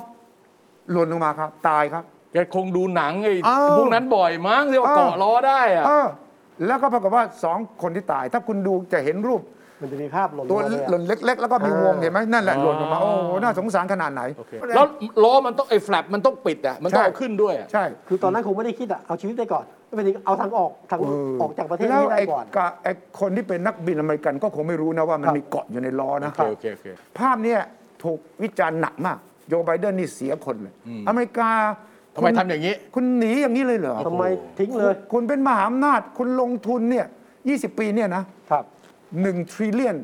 Speaker 3: หล่นลงมาครับ ตายครับ
Speaker 2: แกคงดูหนังไอ้
Speaker 3: อ้าว
Speaker 2: พวกนั้นบ่อยมั้งเรียกว่า
Speaker 3: อ้าว
Speaker 2: เกาะล้อได้อะ
Speaker 3: เออแล้วก็ปรากฏว่าสองคนที่ตาย ถ้าคุณดูจะเห็นรูป
Speaker 1: มันจะมีภาพหล่นลง
Speaker 3: ตัว
Speaker 1: มาเลย
Speaker 3: หล่
Speaker 1: อะ
Speaker 3: นเล็ก ๆ แล้วก็มีวงเห็นไหมนั่นแหละ
Speaker 2: อ๋อ
Speaker 3: หล่นออกมาโอ้โหน่าสงสารขนาดไหน
Speaker 2: โอเคแล้วล้อมันต้องไอ้แฟลปมันต้องปิดอ่ะมันต้อง
Speaker 3: ใช่
Speaker 2: เอาขึ้นด้วยอะ
Speaker 3: ใช่
Speaker 1: คือตอนนั้นคงไม่ได้คิดอะเอาชีวิตไปก่อนไม่เป็นไรเอาทางออกทาง
Speaker 3: เ
Speaker 1: ออกจากประเทศ
Speaker 3: แล้ว
Speaker 1: นี้ได้
Speaker 3: ไอ้
Speaker 1: ก่อน
Speaker 3: กะไอ้คนที่เป็นนักบินอเมริกันก็คงไม่รู้นะว่ามัน
Speaker 1: ครับ
Speaker 3: มีเกาะอยู่ในล้อนะ
Speaker 2: โอเคโอเคโอเค
Speaker 3: ภาพเนี้ยถูกวิจารณ์หนักมากโจไบเดนนี่เสียคนเลย
Speaker 2: อืม
Speaker 3: อเมริกา
Speaker 2: ทำไม
Speaker 3: คุณ
Speaker 2: ทำอย่างนี้
Speaker 3: คุณหนีอย่างนี้เลยเหรอ
Speaker 1: ทำไมทิ้งเลย
Speaker 3: คุณเป็นมหาอำนาจคุณลงทุนเนี่ย 20 ปีเนี่ยนะครับ หนึ่งทริเลียน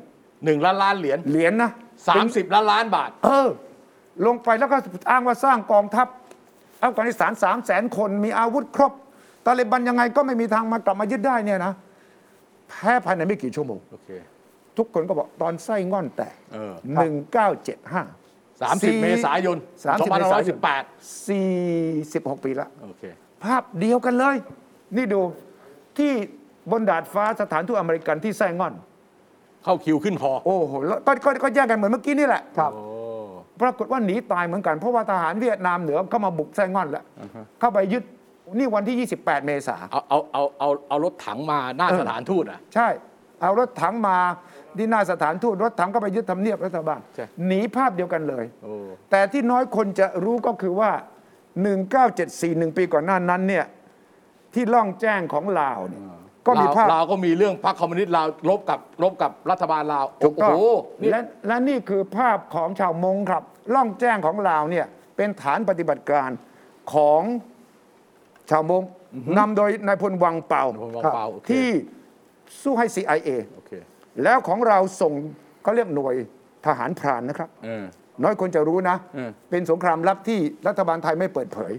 Speaker 2: หนึ่งล้านล้านเหรียญ
Speaker 3: เหรียญนะ
Speaker 2: สามสิบล้านล้านบาท
Speaker 3: เออ ลงไปแล้วก็อ้างว่าสร้างกองทัพอัฟกานิสถานสามแสนคนมีอาวุธครบตาลิบันยังไงก็ไม่มีทางมากลับมายึดได้เนี่ยนะ แพ้ภายในไม่กี่ชั่วโมง
Speaker 2: โอเค
Speaker 3: ทุกคนก็บอกตอนไส้ง่อนแตก
Speaker 2: เออ
Speaker 3: หนึ่งเก้าเจ็ดห้า
Speaker 2: สามสิบเมษายน
Speaker 3: สาม
Speaker 2: สอง
Speaker 3: สิบ
Speaker 2: พัน
Speaker 3: เม
Speaker 2: ห้าร้
Speaker 3: ษา
Speaker 2: อย
Speaker 3: ย
Speaker 2: สิ
Speaker 3: น
Speaker 2: บแปด
Speaker 3: 46 ปีละ
Speaker 2: โอเค
Speaker 3: ภาพเดียวกันเลย นี่ดูที่บนดาดฟ้าสถานทูตอเมริกันที่ไซงอน
Speaker 2: เข้าคิวขึ้นพอ
Speaker 3: โอ้โหแล้วก็ก็ก็แยกกันเหมือนเมื่อกี้นี่แหละ
Speaker 1: ครับ
Speaker 2: โอ้
Speaker 3: ปรากฏว่าหนีตายเหมือนกัน เพราะว่าทหารเวียดนามเหนือเข้ามาบุกไซงอนแล้ว เข้าไปยึดนี่วันที่ 28 เมษา
Speaker 2: เอาเอาเอาเอาเอารถถังมาหน้า
Speaker 3: เออ
Speaker 2: สถานทูตอ่ะ
Speaker 3: ใช่ เอารถถังมาที่หน้าสถานทูตรถถังก็ไปยึดทำเนียบรัฐบาล
Speaker 2: ใช่
Speaker 3: หนีภาพเดียวกันเลย
Speaker 2: โอ้
Speaker 3: แต่ที่น้อยคนจะรู้ก็คือว่า 1974หนึ่งปีก่อนหน้านั้นเนี่ยที่ล่องแจ้งของลาวเนี่ยก็มีภาพ
Speaker 2: ลวลาวก็มีเรื่องพรรคคอมมิวนิสต์ลาวรบกับรบกับรัฐบาลลาว
Speaker 3: ถูกต้อง
Speaker 2: โอ้โหนี่
Speaker 3: และและนี่คือภาพของชาวมงครับ ล่องแจ้งของลาวเนี่ยเป็นฐานปฏิบัติการของชาวมงนำโดยนายพลวังเป่า
Speaker 2: ผมบอกเปล่าโอเค
Speaker 3: ที่สู้ให้ CIA
Speaker 2: โอเค
Speaker 3: แล้วของเราส่งเขาเรียกหน่วยทหารพรานนะครับ
Speaker 2: เออ
Speaker 3: น้อยคนจะรู้นะ
Speaker 2: เออ
Speaker 3: เป็นสงครามลับที่รัฐบาลไทยไม่เปิดเผย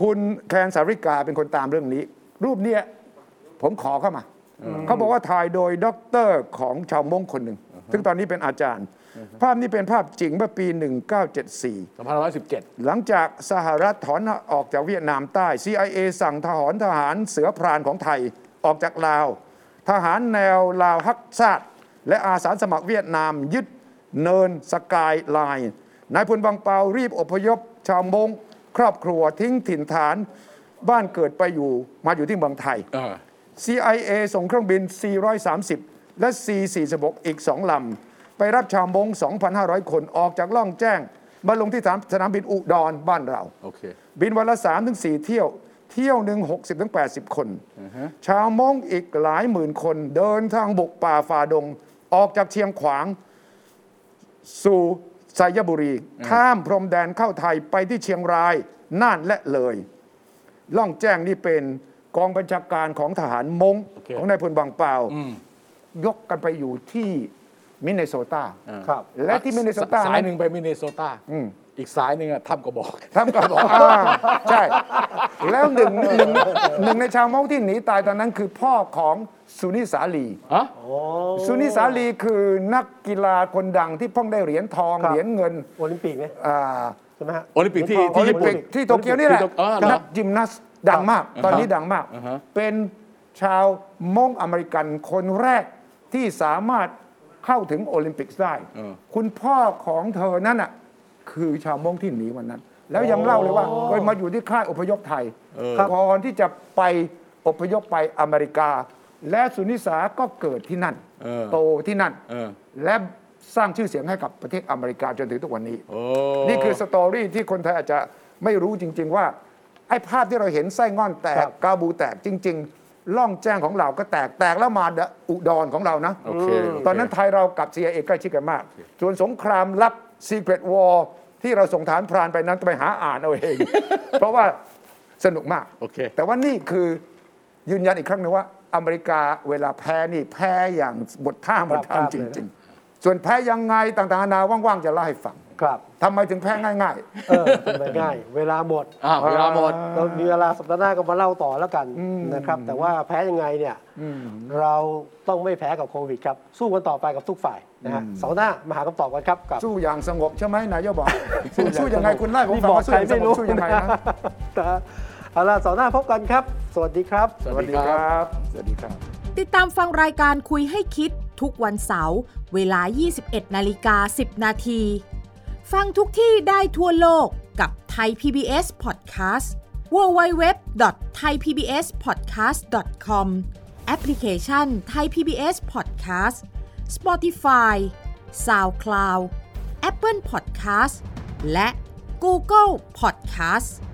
Speaker 3: คุณแคนสาริกาเป็นคนตามเรื่องนี้ รูปเนี้ยผมขอเข้ามา เขาบอกว่าถ่ายโดยด็อกเตอร์ของชาวมงคนหนึ่ง ซึ่งตอนนี้เป็นอาจารย์ ภาพนี้เป็นภาพจริงเมื่อปี 1974
Speaker 2: สองพันห้าร้อยสิบเจ็ด
Speaker 3: หลังจากสหรัฐถอนออกจากเวียดนามใต้ CIA สั่งทหารทหารเสือพรานของไทยออกจากลาว ทหารแนวลาวฮักซาดและอาสาสมัครเวียดนามยึดเนินสกายไลน์นายพลบังเปารีบอพยพ ชาวมงครอบครัวทิ้งถิ่นฐาน บ้านเกิดไปอยู่มาอยู่ที่เมืองไทย
Speaker 2: เออ
Speaker 3: CIA ส่งเครื่องบิน 430 และ C46 อีก 2 ลำ ไปรับชาวมง 2,500 คนออกจากล่องแจ้ง มาลงที่สนามบินอุดรบ้านเรา
Speaker 2: โอเค
Speaker 3: บินวันละ 3-4 เที่ยว เที่ยวหนึ่ง60-80 คน ชาวมงอีกหลายหมื่นคนเดินทางบุกป่าฝ่าดง ออกจากเชียงขวาง สู่ไซยบุรี ข้ามพรมแดนเข้าไทยไปที่เชียงราย น่านและเลย ล่องแจ้งนี่เป็นกองบัญชาการของทหารมง
Speaker 2: โอเค
Speaker 3: ของนายพลบางเปล่า
Speaker 2: อืม
Speaker 3: ยกกันไปอยู่ที่มินเนโซตา
Speaker 2: เออ
Speaker 1: ครับ
Speaker 3: และที่มินเนโซตา
Speaker 2: สายหนึ่
Speaker 3: นั้น
Speaker 2: งไปมินเนโซตา
Speaker 3: อืม
Speaker 2: อีกสายหนึ่งอะทำกระบอก
Speaker 3: ทำกับบอกอ่าใช่ แล้วหนึ่งหนึ่งหนึ่งในชาวมงที่หนีตายตอนนั้นคือพ่อของสุนิสาลี
Speaker 2: ฮะ
Speaker 3: สุนิสาลีคือนักกีฬาคนดังที่เพิ่งได้เหรียญทอง
Speaker 1: ครับ
Speaker 3: เหรียญเงิน
Speaker 1: โอลิมปิกไหม
Speaker 3: อ่า
Speaker 1: ใช่ไหมฮะ
Speaker 2: โอลิมปิกที่
Speaker 1: เหรียญทอง
Speaker 2: ที่
Speaker 3: โอลิมปิก
Speaker 1: โอ
Speaker 3: ที่โตเกียวนี่แหละ
Speaker 2: ที่โตเออเหรอ
Speaker 3: นักยิมนาสดังมาก ตอนนี้ดังมาก
Speaker 2: อ่าฮะ
Speaker 3: เป็นชาวมงอเมริกันคนแรกที่สามารถเข้าถึงโอลิมปิกได้ คุณพ่อของเธอนั่นอ่ะคือชาวมงที่หนีวันนั้น แล้วยังเล่าเลยว่าเคยมาอยู่ที่ค่ายอพยพไทยก่อนที่จะไปอพยพไปอเมริกา และสุนิสาก็เกิดที่นั่น
Speaker 2: เออ
Speaker 3: โตที่นั่น
Speaker 2: เออ
Speaker 3: และสร้างชื่อเสียงให้กับประเทศอเมริกาจนถึงทุกวันนี้
Speaker 2: โอ้
Speaker 3: นี่คือสตอรี่ที่คนไทยอาจจะไม่รู้จริง ๆ ว่า ไอ้ภาพที่เราเห็นไส้งอนแตกกาบูแตกจริง ๆ ล่องแจ้งของเราก็แตกแตกแล้วมาอุดรของเรานะ
Speaker 2: โอเคโเค
Speaker 3: ตอนนั้นไทยเรากับ CIA ใกล้ชิดกันมาก ส่วนสงครามลับ Secret War ที่เราส่งฐานพรานไปนั้นต้องไปหาอ่านเอา เอง เพราะว่าสนุกมาก
Speaker 2: โอเค
Speaker 3: แต่ว่านี่คือยืนยันอีกครั้งหนึงว่า อเมริกาเวลาแพ้นี่แพ้อย่างหมดท่าหมดทางจริง ๆ ส่วนแพ้ยังไงต่างๆนานาว่างๆ จะเล่าให้ฟัง
Speaker 1: ครับ
Speaker 3: ทำไมถึงแพ้ง่าย
Speaker 1: เออทำไมง่าย เวลาหมด
Speaker 2: อ้าวเวลาหมด
Speaker 1: เรามีเวลาสัปดาห์หน้าก็มาเล่าต่อแล้วกันนะครับ แต่ว่าแพ้ยังไงเนี่ยเราต้องไม่แพ้กับโควิดครับ สู้กันต่อไปกับทุกฝ่ายนะฮะเสาร์หน้ามาหาคำตอบกันครับกับ
Speaker 3: ๆ สู้อย่างสงบใช่ไหมนายก บอก สู้ยังไงคุณไล่ผมฟังว่าสู้อย่างสงบสู้ยังไงนะ
Speaker 1: นะฮ ะเอาล่ะเสาร์หน้าพบกันครับ สวัสดีครับ
Speaker 2: ส
Speaker 3: ส
Speaker 2: วั
Speaker 3: วั
Speaker 2: ส
Speaker 3: ส
Speaker 2: ดี
Speaker 3: ดี
Speaker 2: ค
Speaker 3: ค
Speaker 2: รั
Speaker 3: รับ บสวัสดีครับ
Speaker 6: ติดตามฟังรายการคุยให้คิดทุกวันเสาร์เวลา 21 นาฬิกา 10 นาที ฟังทุกที่ได้ทั่วโลกกับ t h a i PBS Podcast www.thaipbspodcast.com แอปพลิเคชัน Thai PBS Podcast Spotify, SoundCloud, Apple Podcast และ Google Podcast